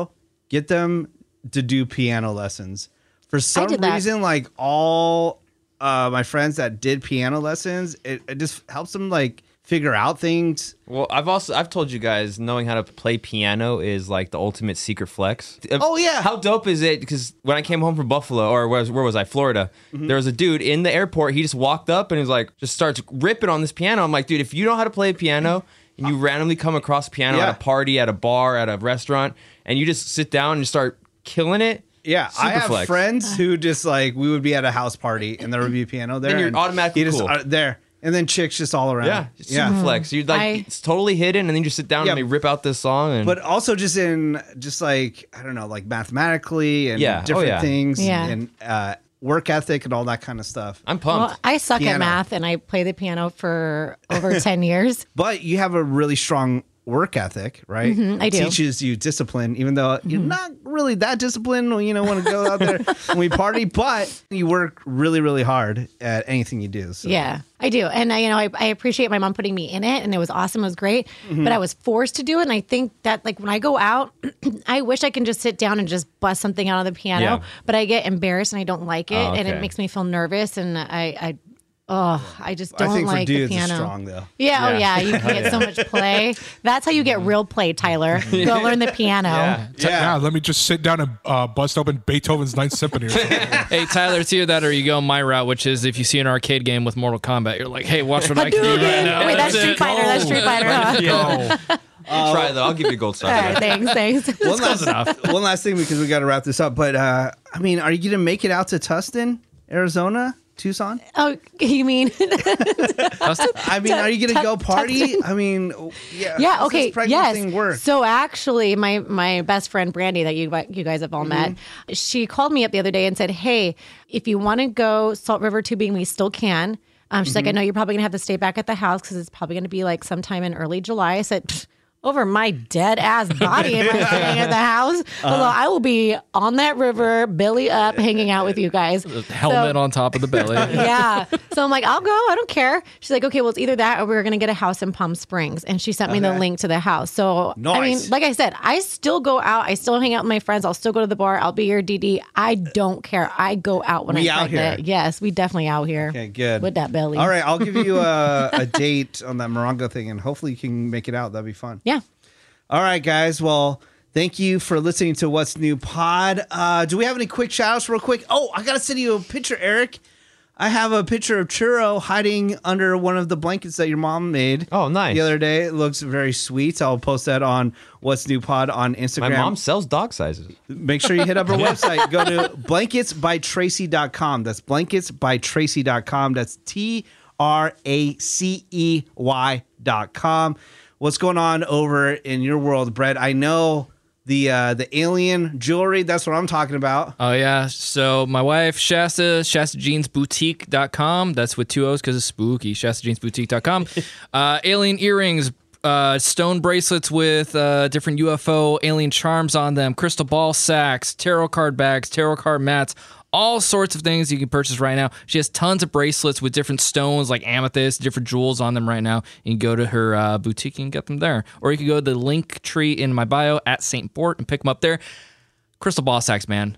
Speaker 1: get them to do piano lessons. For some
Speaker 3: did that.
Speaker 1: reason, like all uh, my friends that did piano lessons, it, it just helps them like figure out things.
Speaker 5: Well, I've also I've told you guys knowing how to play piano is like the ultimate secret flex.
Speaker 1: Oh, yeah.
Speaker 5: how dope is it? Because when I came home from Buffalo, or where was, where was I? Florida.
Speaker 1: Mm-hmm.
Speaker 5: There was a dude in the airport. He just walked up and he was like, just starts ripping on this piano. I'm like, dude, if you know how to play a piano and you randomly come across a piano
Speaker 1: Yeah.
Speaker 5: at a party, at a bar, at a restaurant, and you just sit down and start killing it.
Speaker 1: Yeah, I
Speaker 5: super
Speaker 1: have
Speaker 5: flex.
Speaker 1: friends who just like we would be at a house party and there would be a piano there.
Speaker 5: Then you're
Speaker 1: and
Speaker 5: automatically
Speaker 1: you just
Speaker 5: cool.
Speaker 1: are there, and then chicks just all around.
Speaker 5: Yeah, super flex. You're like
Speaker 3: Mm-hmm. I-
Speaker 5: it's totally hidden, and then you sit down
Speaker 1: Yeah.
Speaker 5: and they rip out this song. And
Speaker 1: but also just in just like I don't know, like mathematically and
Speaker 5: Yeah. Oh,
Speaker 1: different
Speaker 5: yeah.
Speaker 1: things
Speaker 3: Yeah.
Speaker 1: and uh, work ethic and all that kind of stuff.
Speaker 5: I'm pumped.
Speaker 3: well, I suck
Speaker 1: Piano.
Speaker 3: at math, and I play the piano for over ten years.
Speaker 1: But you have a really strong work ethic, right?
Speaker 3: Mm-hmm, I do. Mm-hmm.
Speaker 1: Teaches you discipline, even though you're not really that disciplined. when You know, want to go out
Speaker 3: [laughs]
Speaker 1: there and we party, but you work really, really hard at anything you do. So.
Speaker 3: Yeah, I do, and I, you know, I, I appreciate my mom putting me in it, and it was awesome, it was great, but I was forced to do it, and I think that like when I go out, [clears throat] I wish I can just sit down and just bust something out of the piano,
Speaker 5: Yeah.
Speaker 3: but I get embarrassed and I don't like it, and it
Speaker 5: okay.
Speaker 3: makes me feel nervous, and I, I, oh, I just don't
Speaker 1: I think for
Speaker 3: like
Speaker 1: dudes
Speaker 3: the
Speaker 1: it's
Speaker 3: piano.
Speaker 1: strong
Speaker 3: [laughs]
Speaker 1: though.
Speaker 3: Yeah, oh yeah, you can get so much play. That's how you get real play, Tyler. Go learn the piano.
Speaker 5: yeah.
Speaker 4: It's like,
Speaker 1: Yeah.
Speaker 4: "Nah, let me just sit down and uh, bust open Beethoven's Ninth Symphony.
Speaker 1: [laughs]
Speaker 4: Or something.
Speaker 2: hey, Tyler, it's either that or you go my route, which is if you see an arcade game with Mortal Kombat, you're like, hey, watch what I can do right
Speaker 3: Hadouken.
Speaker 2: now.
Speaker 3: Wait, that's
Speaker 2: it.
Speaker 3: Street Fighter. That's
Speaker 2: Oh,
Speaker 3: Street Fighter. Huh?
Speaker 4: Yo.
Speaker 5: try
Speaker 1: uh,
Speaker 5: though. I'll give you a gold
Speaker 3: [laughs]
Speaker 5: star.
Speaker 3: All
Speaker 5: for
Speaker 3: right,
Speaker 5: that.
Speaker 3: thanks, thanks.
Speaker 1: One last, [laughs] one last thing because we got to wrap this up. But uh, I mean, are you going to make it out to Tustin, Arizona, Tucson?
Speaker 3: Oh, you mean?
Speaker 1: I mean, are you gonna
Speaker 3: tu-
Speaker 1: go party?
Speaker 3: testing.
Speaker 1: I mean, w- yeah.
Speaker 3: Yeah.
Speaker 1: how's
Speaker 3: Okay.
Speaker 1: This pregnant
Speaker 3: Yes.
Speaker 1: Thing work?
Speaker 3: So actually, my my best friend Brandy, that you you guys have all
Speaker 1: Mm-hmm.
Speaker 3: met, she called me up the other day and said, "Hey, if you want to go Salt River tubing, we still can."
Speaker 1: Mm-hmm.
Speaker 3: Um, she's like, "I know you're probably gonna have to stay back at the house because it's probably gonna be like sometime in early July." I said. "Pfft, over my dead ass body if I'm staying
Speaker 1: [laughs]
Speaker 3: at the house.
Speaker 1: Uh-huh.
Speaker 3: Although I will be on that river, belly up, hanging out with you guys.
Speaker 1: [laughs]
Speaker 2: Helmet
Speaker 3: So-
Speaker 2: on top of
Speaker 3: [laughs]
Speaker 2: the belly.
Speaker 3: yeah. So I'm like, I'll go. I don't care. She's like, okay, well, it's either that or we're going to get a house in Palm Springs. And she sent me the link to the house. So, I mean,
Speaker 1: Nice.
Speaker 3: like I said, I still go out. I still hang out with my friends. I'll still go to the bar. I'll be your DD. I don't care. I go out when
Speaker 1: We
Speaker 3: I'm
Speaker 1: out
Speaker 3: pregnant.
Speaker 1: here.
Speaker 3: Yes, we definitely out here.
Speaker 1: Okay, good.
Speaker 3: With that belly.
Speaker 1: All right, I'll give you
Speaker 3: [laughs]
Speaker 1: a, a date on that Morongo thing, and hopefully you can make it out. That'd be fun.
Speaker 3: Yeah.
Speaker 1: All right, guys. Well, thank you for listening to What's New Pod. Uh, do we have any quick shout outs, real quick? Oh, I got to send you a picture, Eric. I have a picture of Churro hiding under one of the blankets that your mom made.
Speaker 5: Oh, nice.
Speaker 1: The other day. It looks very sweet. I'll post that on What's New Pod on Instagram.
Speaker 5: My mom sells dog [laughs] sizes.
Speaker 1: Make sure you hit
Speaker 2: [laughs]
Speaker 1: up our website. Go to blanketsbytracy.com. That's blanketsbytracy.com. That's T R A C E Y.com. What's going on over in your world, Brett? I know the uh, the alien jewelry. That's what I'm talking about.
Speaker 2: Oh yeah. So my wife Shasta, ShastaJeansBoutique.com. That's with two O's because it's spooky. ShastaJeansBoutique.com. uh, alien earrings, uh, stone bracelets with uh, different UFO alien charms on them, crystal ball sacks, tarot card bags, tarot card mats. All sorts of things you can purchase right now. She has tons of bracelets with different stones like amethyst, different jewels on them right now. You can go to her uh, boutique and get them there. Or you can go to the link tree in my bio at St. Bort and pick them up there. Crystal ball sacks, man.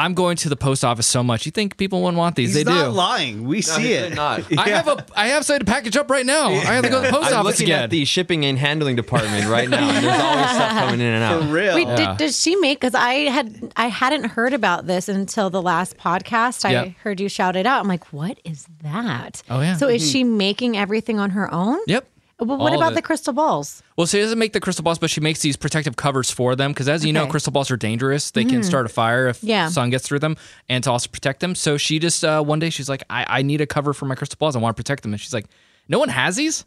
Speaker 2: I'm going to the post office so much. You think people wouldn't want these?
Speaker 1: He's
Speaker 2: they
Speaker 1: not
Speaker 2: do.
Speaker 1: lying. We see it. [laughs]
Speaker 2: I have a I have something to package up right now. I have to go to the post
Speaker 5: I'm
Speaker 2: office
Speaker 5: looking
Speaker 2: again.
Speaker 5: at the shipping and handling department right now, and
Speaker 1: [laughs]
Speaker 5: there's always stuff coming in and
Speaker 1: For
Speaker 5: out.
Speaker 1: real.
Speaker 3: Wait, did, did she make? Because I had I hadn't heard about this until the last podcast. I
Speaker 2: Yep.
Speaker 3: heard you shout it out. I'm like, what is that?
Speaker 2: Oh, yeah.
Speaker 3: So
Speaker 1: Mm-hmm.
Speaker 3: is she making everything on her own?
Speaker 2: yep.
Speaker 3: But
Speaker 2: All
Speaker 3: what
Speaker 2: of
Speaker 3: about
Speaker 2: it.
Speaker 3: the crystal balls?
Speaker 2: Well, she doesn't make the crystal balls, but she makes these protective covers for them because, as you know,
Speaker 3: Okay. Mm-hmm.
Speaker 2: crystal balls are dangerous. They can start a fire if
Speaker 3: Yeah.
Speaker 2: sun gets through them, and to also protect them. So she just uh, one day she's like, I, I need a cover for my crystal balls. I want to protect them, and she's like, No one has these.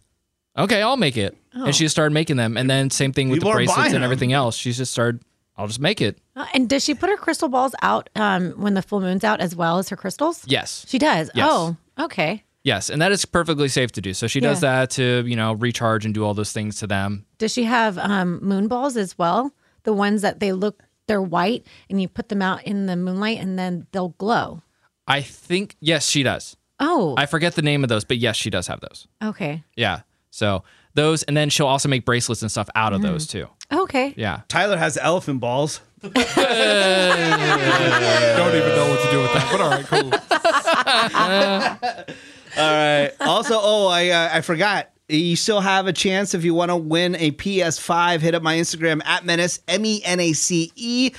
Speaker 2: Okay, I'll make it. And
Speaker 3: Oh.
Speaker 2: she just started making them, and then same thing with
Speaker 1: People
Speaker 2: the
Speaker 1: are buying
Speaker 2: bracelets
Speaker 1: them.
Speaker 2: and everything else. She's just started. I'll just make it.
Speaker 3: Uh, And does she put her crystal balls out um, when the full moon's out as well as her crystals?
Speaker 2: Yes.
Speaker 3: She does.
Speaker 2: Yes.
Speaker 3: Oh, okay.
Speaker 2: Yes, and that is perfectly safe to do. So she does that to, you know, recharge and do all those things to them.
Speaker 3: Does she have um, moon balls as well? The ones that they look, they're white and you put them out in the moonlight and then they'll glow.
Speaker 2: I think yes, she does.
Speaker 3: Oh,
Speaker 2: I forget the name of those, but yes, she does have those.
Speaker 3: okay.
Speaker 2: Yeah. So those and then she'll also make bracelets and stuff out of those too.
Speaker 3: Okay.
Speaker 2: Yeah.
Speaker 1: Tyler has elephant balls.
Speaker 4: Don't even know what to do with that. But all right, cool.
Speaker 1: [laughs] also, oh, I uh, I forgot. You still have a chance if you want to win a PS5. Hit up my Instagram at menace m e n a c e.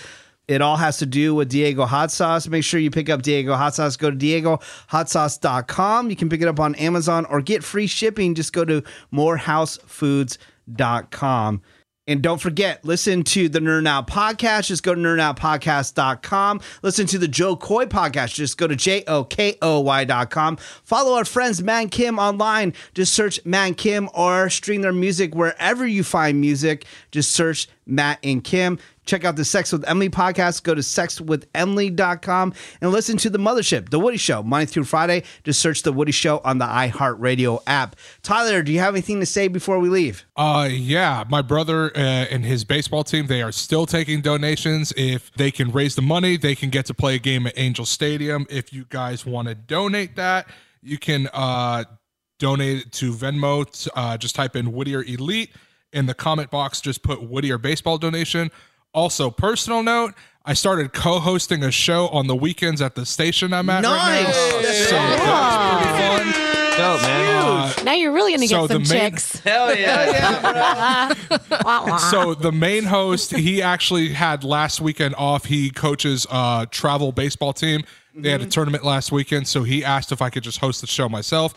Speaker 1: It all has to do with Diego Hot Sauce. Make sure you pick up Diego Hot Sauce. Go to DiegoHotSauce.com. You can pick it up on Amazon or get free shipping. Just go to morehousefoods.com. And don't forget, listen to the Nerd Out Podcast. Just go to nerdoutpodcast.com. Listen to the Joe Coy Podcast. Just go to J-O-K-O-Y.com. Follow our friends, Man Kim, online. Just search Man Kim or stream their music wherever you find music. Just search Matt and Kim. Check out the Sex with Emily podcast. Go to sexwithemily.com and listen to The Mothership, The Woody Show, Monday through Friday. Just search The Woody Show on the iHeartRadio app. Tyler, do you have anything to say before we leave?
Speaker 4: [laughs] Uh, yeah, my brother uh, and his baseball team, they are still taking donations. If they can raise the money, they can get to play a game at Angel Stadium. If you guys want to donate that, you can uh, donate it to Venmo. T- uh, just type in Whittier Elite. In the comment box, just put Whittier Baseball donation. Also, personal note, I started co hosting a show on the weekends at the station I'm at right
Speaker 1: Nice.
Speaker 4: now. So that was pretty fun.
Speaker 5: Dope, man.
Speaker 3: Now you're really going to
Speaker 4: [laughs] So
Speaker 3: get
Speaker 4: the
Speaker 3: some
Speaker 4: main-
Speaker 3: chicks.
Speaker 5: Hell
Speaker 1: [laughs]
Speaker 5: yeah.
Speaker 3: Wah, wah.
Speaker 4: so the main host he actually had last weekend off he coaches a travel baseball team they
Speaker 1: Mm-hmm.
Speaker 4: had a tournament last weekend so he asked if i could just host the show myself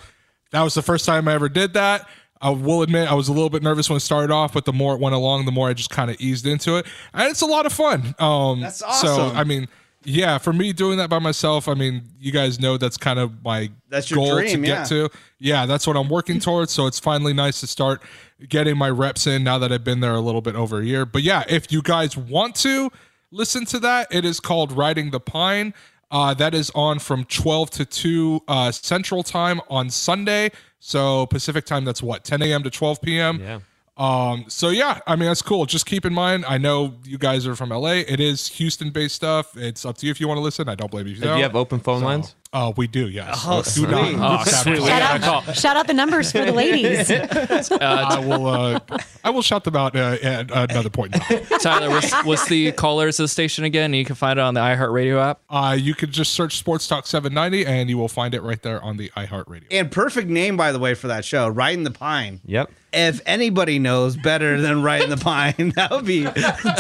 Speaker 4: that was the first time i ever did that i will admit i was a little bit nervous when it started off but the more it went along the more i just kind of eased into it and it's a lot of fun um
Speaker 1: That's
Speaker 4: so
Speaker 1: awesome.
Speaker 4: i mean yeah for me doing that by myself i mean you guys know that's kind of my
Speaker 1: That's your
Speaker 4: goal to
Speaker 1: dream,
Speaker 4: get
Speaker 1: yeah.
Speaker 4: to to. Yeah, that's what I'm working towards. So it's finally nice to start getting my reps in now that I've been there a little bit over a year. But yeah, if you guys want to listen to that, it is called Riding the Pine. Uh, that is on from 12 to 2 uh, Central Time on Sunday. So Pacific Time, that's what, 10 a.m. to 12 p.m. Yeah. Um, so yeah, I mean that's cool. Just keep in mind, I know you guys are from LA. It is Houston-based stuff. It's up to you if you want to listen. I don't blame you. If you
Speaker 5: Do
Speaker 4: don't.
Speaker 5: you have open phone lines?
Speaker 4: Uh, we do, yes.
Speaker 1: Oh,
Speaker 4: Do not-
Speaker 1: sweet.
Speaker 2: Oh,
Speaker 4: Stop.
Speaker 2: sweet. We
Speaker 3: Shout
Speaker 2: got a call.
Speaker 3: out, shout out the numbers for the
Speaker 4: [laughs]
Speaker 3: ladies.
Speaker 4: I will. Uh, I will shout them out uh, at another point. in
Speaker 1: [laughs]
Speaker 4: time.
Speaker 2: Tyler, what's, what's the caller to the station again? You can find it on the iHeartRadio app.
Speaker 4: Uh, you can just search Sports Talk 790, and you will find it right there on the iHeartRadio.
Speaker 1: And perfect name, by the way, for that show, Riding the Pine.
Speaker 5: Yep.
Speaker 1: If anybody knows better than Riding the Pine, [laughs] that would be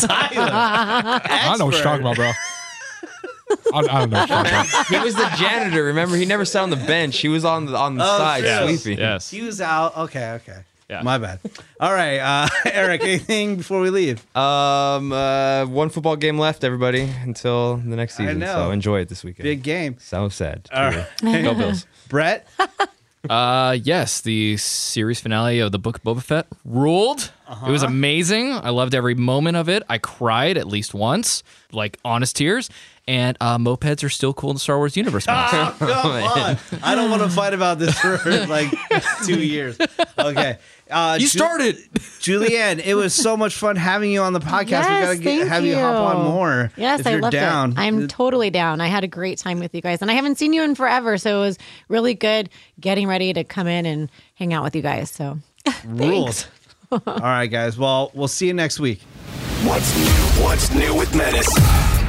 Speaker 1: Tyler.
Speaker 4: I don't know what you're talking about, bro.
Speaker 1: [laughs]
Speaker 4: I, I don't know. What you're talking about.
Speaker 5: He was the janitor. Remember, he never sat on the bench. He was on the on the
Speaker 1: Oh,
Speaker 5: side
Speaker 1: yes.
Speaker 5: sweeping.
Speaker 2: Yes.
Speaker 1: He was out. Okay, okay.
Speaker 2: Yeah.
Speaker 1: My bad. All right, uh, [laughs] Eric, anything before we leave?
Speaker 5: Um, uh, one football game left, everybody, until the next season.
Speaker 1: know.
Speaker 5: So enjoy it this weekend.
Speaker 1: Big game.
Speaker 5: So sad.
Speaker 1: Go Bills. Brett?
Speaker 2: Uh, yes, the series finale of the book of Boba Fett ruled. It
Speaker 1: Uh-huh.
Speaker 2: was amazing. I loved every moment of it. I cried at least once, like honest tears. And uh, mopeds are still cool in the Star Wars
Speaker 1: [laughs]
Speaker 2: universe. now.
Speaker 1: Come on. I don't want to fight about this for [laughs] like two years. Okay. Uh,
Speaker 2: you
Speaker 1: Ju-
Speaker 2: started.
Speaker 1: Julianne, it was so much fun having you on the podcast. we
Speaker 3: Yes,
Speaker 1: gotta
Speaker 3: thank
Speaker 1: have you. hop on more.
Speaker 3: Yes,
Speaker 1: if
Speaker 3: I
Speaker 1: you're
Speaker 3: loved
Speaker 1: down.
Speaker 3: it. I'm totally down. I had a great time with you guys, and I haven't seen you in forever, so it was really good getting ready to come in and hang out with you guys. So,
Speaker 1: Rules. All right, guys. Well, we'll see you next week.
Speaker 7: What's new? What's new with Menace?